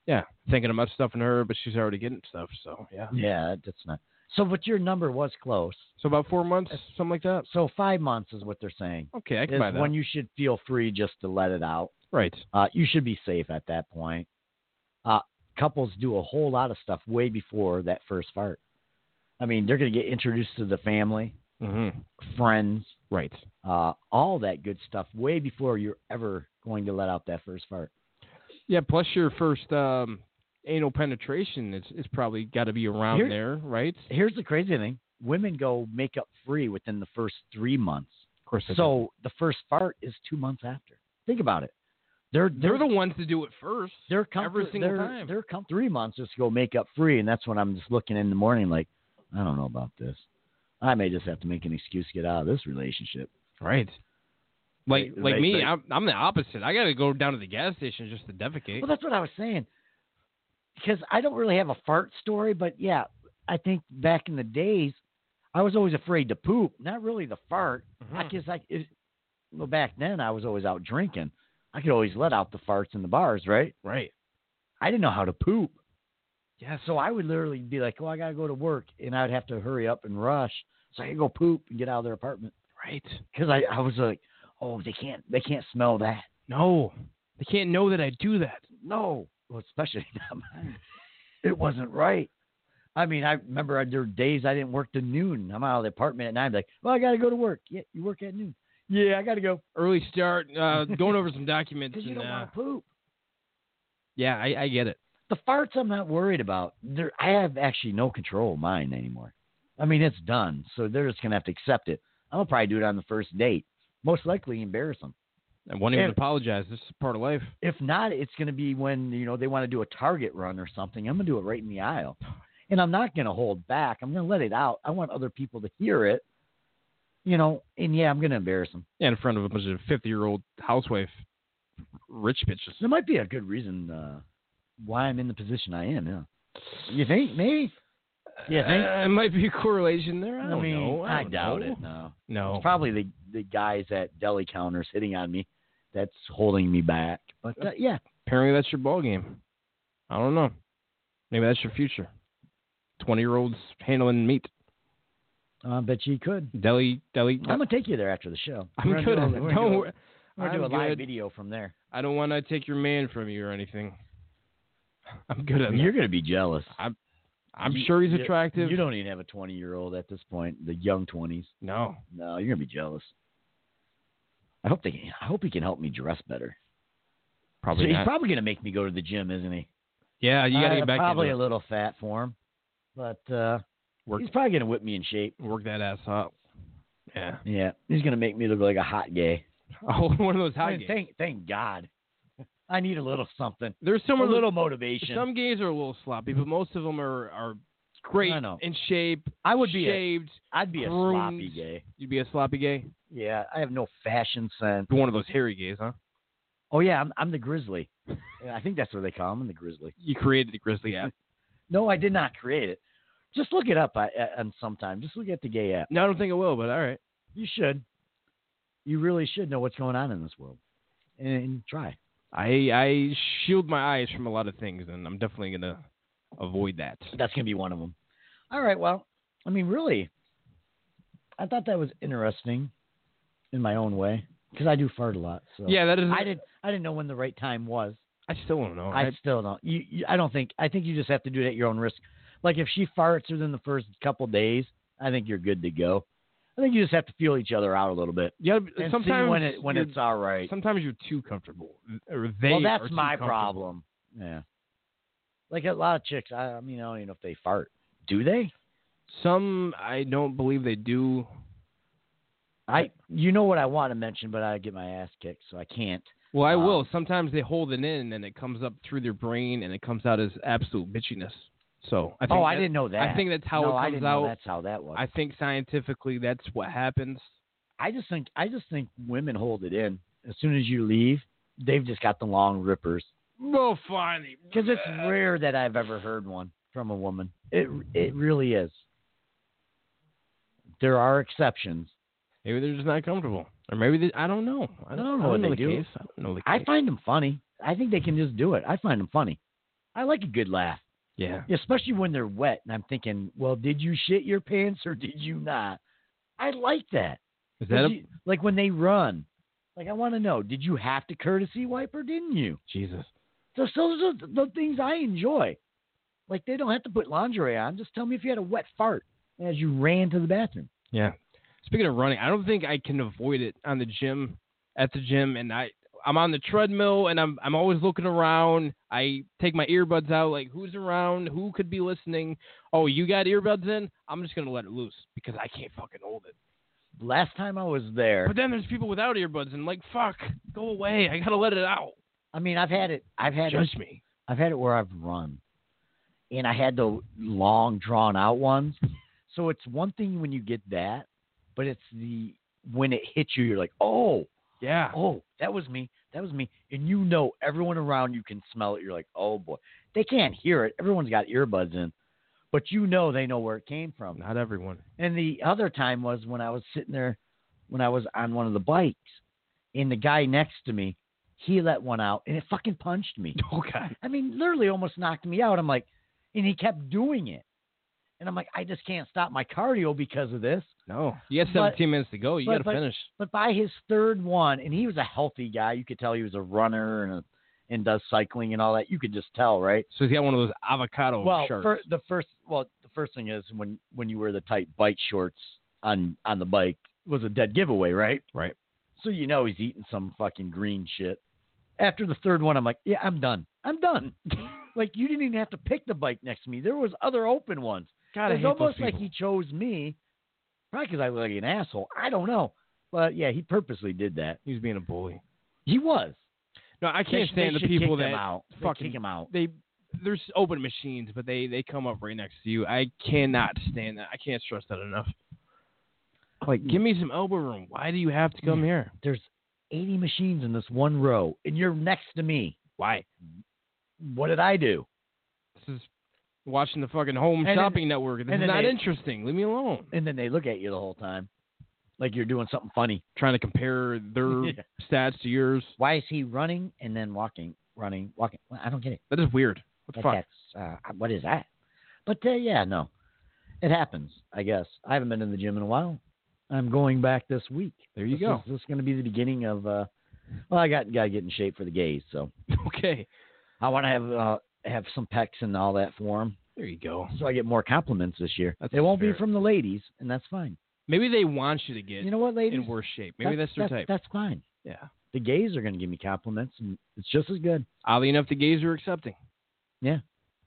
yeah, thinking about stuffing her, but she's already getting stuff. So yeah.
Yeah, that's not. So, but your number was close.
So about four months, something like that.
So five months is what they're saying.
Okay, I can
Is
buy that.
when you should feel free just to let it out.
right.
Uh, you should be safe at that point. Uh, couples do a whole lot of stuff way before that first fart. I mean, they're going to get introduced to the family,
Mm-hmm.
friends,
Right.
uh, all that good stuff way before you're ever going to let out that first fart.
Yeah. Plus your first um, anal penetration is is probably got to be around
Here-
there, right? Of
Here's the crazy thing: women go makeup free within the first three months.
course. they do.
So the first fart is two months after. Think about it. They're
they're the ones to do it first.
they're comfort,
every single
they're,
time.
They're com- three months just to go make up free, and that's when I'm just looking in the morning like, I don't know about this. I may just have to make an excuse to get out of this relationship.
Right. Like
They-
like
they-
me,
they-
I'm I'm the opposite. I got to go down to the gas station just to defecate.
Well, that's what I was saying. Because I don't really have a fart story, but yeah, I think back in the days, I was always afraid to poop, not really the fart. I
Mhm.
guess I it, well back then I was always out drinking. I could always let out the farts in the bars, right?
Right.
I didn't know how to poop.
Yeah.
So I would literally be like, "Well, I gotta go to work," and I'd have to hurry up and rush so I could go poop and get out of their apartment
Right.
because I, I was like, "Oh, they can't they can't smell that."
No. They can't know that I do that.
No, well, especially not mine. It wasn't right. I mean, I remember there were days I didn't work to noon. I'm out of the apartment at nine. Like, well, I got to go to work. Yeah, you work at noon. Yeah, I got to go
Early start, uh, going over some documents.
because you
and,
don't
uh,
want to poop.
yeah, I, I get it.
The farts, I'm not worried about. There, I have actually no control of mine anymore. I mean, it's done, so they're just gonna have to accept it. I'll probably do it on the first date. Most likely, embarrass them.
I won't even
And-
apologize. This is part of life.
If not, it's going to be when you know they want to do a target run or something. I'm going to do it right in the aisle, and I'm not going to hold back. I'm going to let it out. I want other people to hear it, you know. And yeah, I'm going to embarrass them.
And in front of a bunch of 50 year old housewife rich bitches.
There might be a good reason uh, why I'm in the position I am. Yeah, you think maybe? Yeah, think.
Uh, it might be a correlation there. I don't
mean,
know.
I,
don't
doubt
know.
it. No,
No.
it's probably the the guys at deli counters hitting on me that's holding me back. But uh, yeah,
Apparently, that's your ball game. I don't know. Maybe that's your future. 20 year olds handling meat.
I bet you could.
Deli, deli.
I'm gonna take you there after the show.
I'm
We're gonna
good.
do a-
I'm
we're gonna
don't
do a-
wor-
We're gonna do a
I'm
live
good.
video from there.
I don't want to take your man from you or anything. I'm good at that.
You're gonna be jealous.
I'm
you-
sure he's
you-
attractive.
You don't even have a 20 year old at this point, the young 20s.
No.
No, you're gonna be jealous. I hope they. I hope he can help me dress better.
Probably
so
not.
he's probably gonna make me go to the gym, isn't he?
yeah, you got to
Uh,
get back
Probably
into
a little fat for him, but uh,
Work-
he's probably gonna whip me in shape.
it. work that ass up. Yeah.
Yeah, he's gonna make me look like a hot gay.
Oh, one of those
I
hot
mean,
games.
thank, thank God. I need a little something,
There's
a
some of
little
the-
motivation.
Some gays are a little sloppy, but most of them are are great
I know.
in shape.
I would be. A,
shaved.
I'd be a sloppy
groomed.
gay.
You'd be a sloppy gay.
Yeah, I have no fashion sense.
One of those hairy gays, huh?
Oh yeah, I'm I'm the grizzly. Yeah, I think that's what they call him, the grizzly.
You created the grizzly app.
No, I did not create it. Just look it up I, I, on sometime. Just look at the gay app.
No, I don't think it will, but all right.
You should. You really should know what's going on in this world, and, and try.
I I shield my eyes from a lot of things, and I'm definitely gonna avoid that.
That's gonna be one of them. All right. Well, I mean, really, I thought that was interesting, in my own way, because I do fart a lot. So
Yeah, that is.
I didn't. I didn't know when the right time was.
Oh, I still don't know.
I still don't. You, you, I don't think. I think you just have to do it at your own risk. Like if she farts within the first couple days, I think you're good to go. I think you just have to feel each other out a little bit.
Yeah,
And
sometimes
see when it when
you're-
it's all right.
sometimes you're too comfortable. Or they
Well,
are
that's
too
my
comfortable.
problem. Yeah. Like a lot of chicks, I, I mean, I don't even know if they fart. Do they?
Some I don't believe they do.
I. You know what I want to mention, but I get my ass kicked, so I can't.
Well, I
Wow.
will. Sometimes they hold it in, and it comes up through their brain, and it comes out as absolute bitchiness. So I think
oh, I
that-
didn't know that.
I think that's how
no,
it
I
comes
didn't
out.
Know that's how that was.
I think scientifically that's what happens.
I just think I just think women hold it in. As soon as you leave, they've just got the long rippers.
Well, finally,
Because it's rare that I've ever heard one from a woman. It it really is. There are exceptions.
maybe they're just not comfortable, or maybe they, I don't know. I don't,
I don't know
I
what
don't know
they
the
do.
Case. I don't know the
I
case.
find them funny. I think they can just do it. I find them funny. I like a good laugh,
yeah,
especially when they're wet. And I'm thinking, well, did you shit your pants or did you not? I like that.
is that a,
Did you- like when they run. Like I want to know, did you have to courtesy wipe or didn't you?
Jesus?
So those are the things I enjoy. Like they don't have to put lingerie on. Just tell me if you had a wet fart as you ran to the bathroom.
Yeah. Speaking of running, I don't think I can avoid it on the gym at the gym and I I'm on the treadmill and I'm I'm always looking around. I take my earbuds out like who's around, who could be listening. Oh, you got earbuds in? I'm just going to let it loose because I can't fucking hold it.
Last time I was there,
But then there's people without earbuds and I'm like fuck, go away. I got to let it out.
I mean I've had it. I've had it.
Judge me.
I've had it where I've run, and I had the long drawn out ones. So it's one thing when you get that, but it's the when it hits you, you're like, oh,
Yeah.
oh, that was me, that was me, and you know everyone around you can smell it. You're like, oh boy, they can't hear it. Everyone's got earbuds in, but you know they know where it came from.
Not everyone.
And the other time was when I was sitting there, when I was on one of the bikes, and the guy next to me, he let one out, and it fucking punched me.
Oh God.
I mean, literally almost knocked me out. I'm like, and he kept doing it, and I'm like, I just can't stop my cardio because of this.
No. You got
But-
17 minutes to go. You
but-
got to
but-
finish.
But by his third one, and he was a healthy guy. You could tell he was a runner and a, and does cycling and all that. You could just tell, right?
So he's got one of those avocado
well,
sharks.
fir- the first well, the first thing is when when you wear the tight bike shorts on on the bike was a dead giveaway, right?
Right.
So you know he's eating some fucking green shit. After the third one, I'm like, yeah, I'm done. I'm done. like you didn't even have to pick the bike next to me. There was other open ones.
God, I
It's
hate those
almost like
people.
he chose me, probably because I was like an asshole. I don't know, but yeah, he purposely did that.
He was being a bully.
He was.
No, I
They
can't
sh- they
stand the
should
people
kick him
that
out. They
fucking-
kick him out.
they there's open machines, but they they come up right next to you. I cannot stand that. I can't stress that enough. Like, give me some elbow room. Why do you have to come here?
Mm. There's 80 machines in this one row, and you're next to me.
Why?
What did I do?
This is watching the fucking Home
And then-
Shopping Network. This
and
is
then
not
they-
interesting. Leave me alone.
And then they look at you the whole time, like you're doing something funny.
Trying to compare their
Yeah.
stats to yours.
Why is he running and then walking, running, walking? Well, I don't get it.
That is weird. What
That-
the fuck?
that's, uh, what is that? But uh, yeah, no, it happens. I guess I haven't been in the gym in a while. I'm going back this week.
There you
This
go.
Is, this is going to be the beginning of. Uh, well, I got got to get in shape for the gays, so
Okay.
I want to have uh, have some pecs and all that for them,
There you go.
so I get more compliments this year.
That's
they won't
fair.
be from the ladies, and that's fine.
Maybe they want you to get
You know what, ladies?
in worse shape. Maybe that's, their type.
That's fine.
yeah.
the gays are going to give me compliments, and it's just as good.
Oddly enough, the gays are accepting.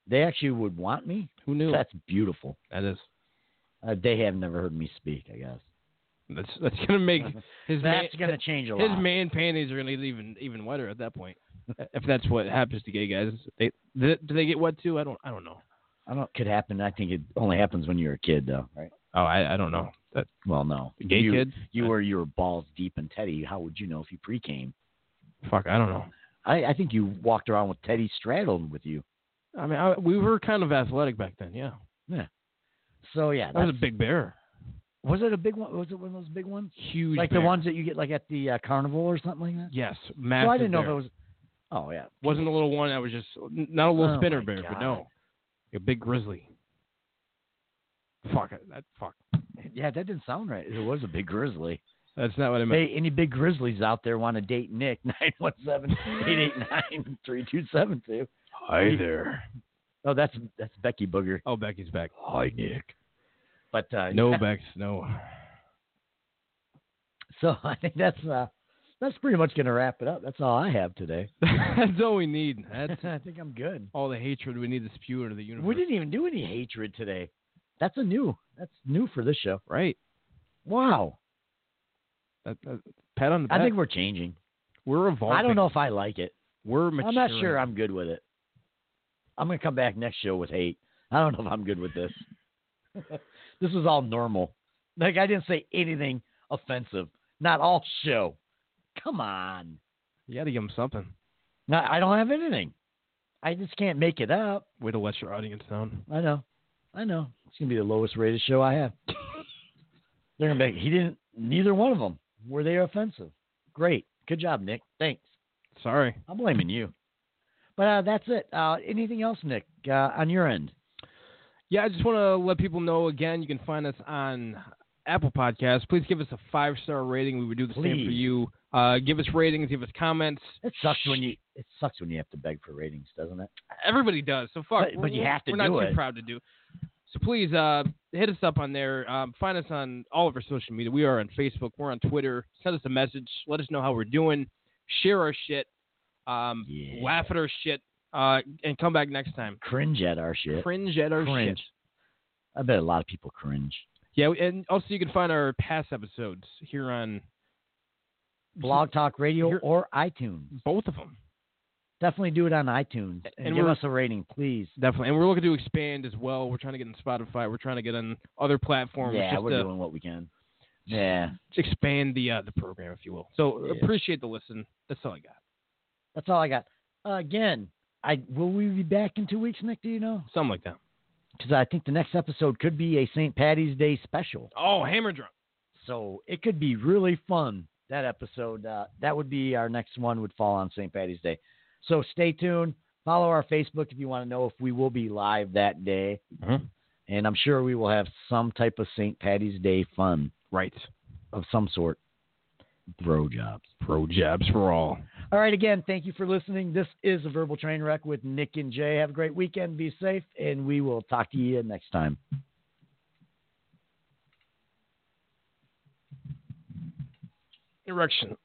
They actually would want me.
Who knew?
That's beautiful.
that is.
Uh, they have never heard me speak, I guess.
That's that's gonna make his
That's
man-
going to change a
His
lot.
man panties are gonna get even even wetter at that point. if that's what happens to gay guys, they do they- do they get wet too? I don't I don't know.
I don't. Could happen. I think it only happens when you're a kid, though. Right.
Oh, I, I don't know. That
Well, no.
gay
you,
kid?
You were you were balls deep in Teddy. How would you know if you pre-came?
Fuck, I don't know.
I, I think you walked around with Teddy straddled with you.
I mean, I, we were kind of athletic back then. Yeah,
So yeah,
that was a
that's-
big bear.
Was it a big one? Was it one of those big ones?
Huge.
Like
bear.
the ones that you get like at the uh, carnival or something like that.
Yes,
So
massive.
I didn't know if
bear.
it was. Oh yeah.
Wasn't a little one. that was just not a little
Oh,
spinner
my
bear, but
God.
no, a big grizzly. Fuck it. That fuck.
Yeah, that didn't sound right. It was a big grizzly.
That's not what I meant.
Hey, any big grizzlies out there want to date Nick? 917-889-3272.
Hi there.
Oh, that's that's Becky Booger.
Oh, Becky's back.
Hi, Nick. But uh,
No,
yeah,
Bex. No.
so I think that's uh, that's pretty much gonna wrap it up. That's all I have today.
That's all we need. That's
I think I'm good.
all the hatred we need to spew into the universe.
We didn't even do any hatred today. That's a new. That's new for this show.
right?
Wow.
That, that- pat on the back.
I think we're changing.
we're evolving.
I don't know if I like it.
We're
I'm
maturing.
not sure I'm good with it. I'm gonna come back next show with hate. I don't know if I'm good with this. this was all normal. Like I didn't say anything offensive. Not all show. Come on.
You got to give them something.
No, I don't have anything. I just can't make it up.
Way to let your audience down.
I know. I know. It's gonna be the lowest rated show I have. They're gonna be. like, He didn't. Neither one of them were they offensive. Great. Good job, Nick. Thanks.
Sorry.
I'm blaming you. But uh, that's it. Uh, anything else, Nick, uh, on your end?
Yeah, I just want to let people know again. You can find us on Apple Podcasts. Please give us a five star rating. We would do the same for
Please.
you. Uh, give us ratings. Give us comments.
It sucks when you it sucks when you have to beg for ratings, doesn't it?
Everybody does. So fuck.
But- but you
We're-
have to
We're not
do
too
it.
proud to do. So please uh, hit us up on there. Um, find us on all of our social media. We are on Facebook. We're on Twitter. Send us a message. Let us know how we're doing. Share our shit. Um,
Yeah.
Laugh at our shit. Uh, and come back next time.
Cringe at our shit.
Cringe at our
Cringe.
shit.
I bet a lot of people cringe.
Yeah, and also you can find our past episodes here on
Blog Talk Radio
You're-
or iTunes.
both of them.
Definitely do it on iTunes and,
And
give
we're-
us a rating, please.
Definitely. And we're looking to expand as well. We're trying to get on Spotify. We're trying to get on other platforms.
yeah,
just
we're
to
doing what we can. Yeah,
expand the uh, the program, if you will. So
Yeah.
appreciate the listen. That's all I got.
that's all I got. Uh, again, I will we be back in two weeks, Nick? Do you know?
Something like that.
because I think the next episode could be a St. Patty's Day special.
Oh, hammer drunk.
So it could be really fun. That episode, uh, that would be our next one, would fall on St. Patty's Day. So stay tuned. Follow our Facebook if you want to know if we will be live that day.
Mhm.
And I'm sure we will have some type of St. Patty's Day fun
Right.
of some sort. Bro jobs.
Pro jabs for all.
All right, again, thank you for listening. This is a verbal train wreck with Nick and Jay. Have a great weekend. Be safe, and we will talk to you next time.
Erection.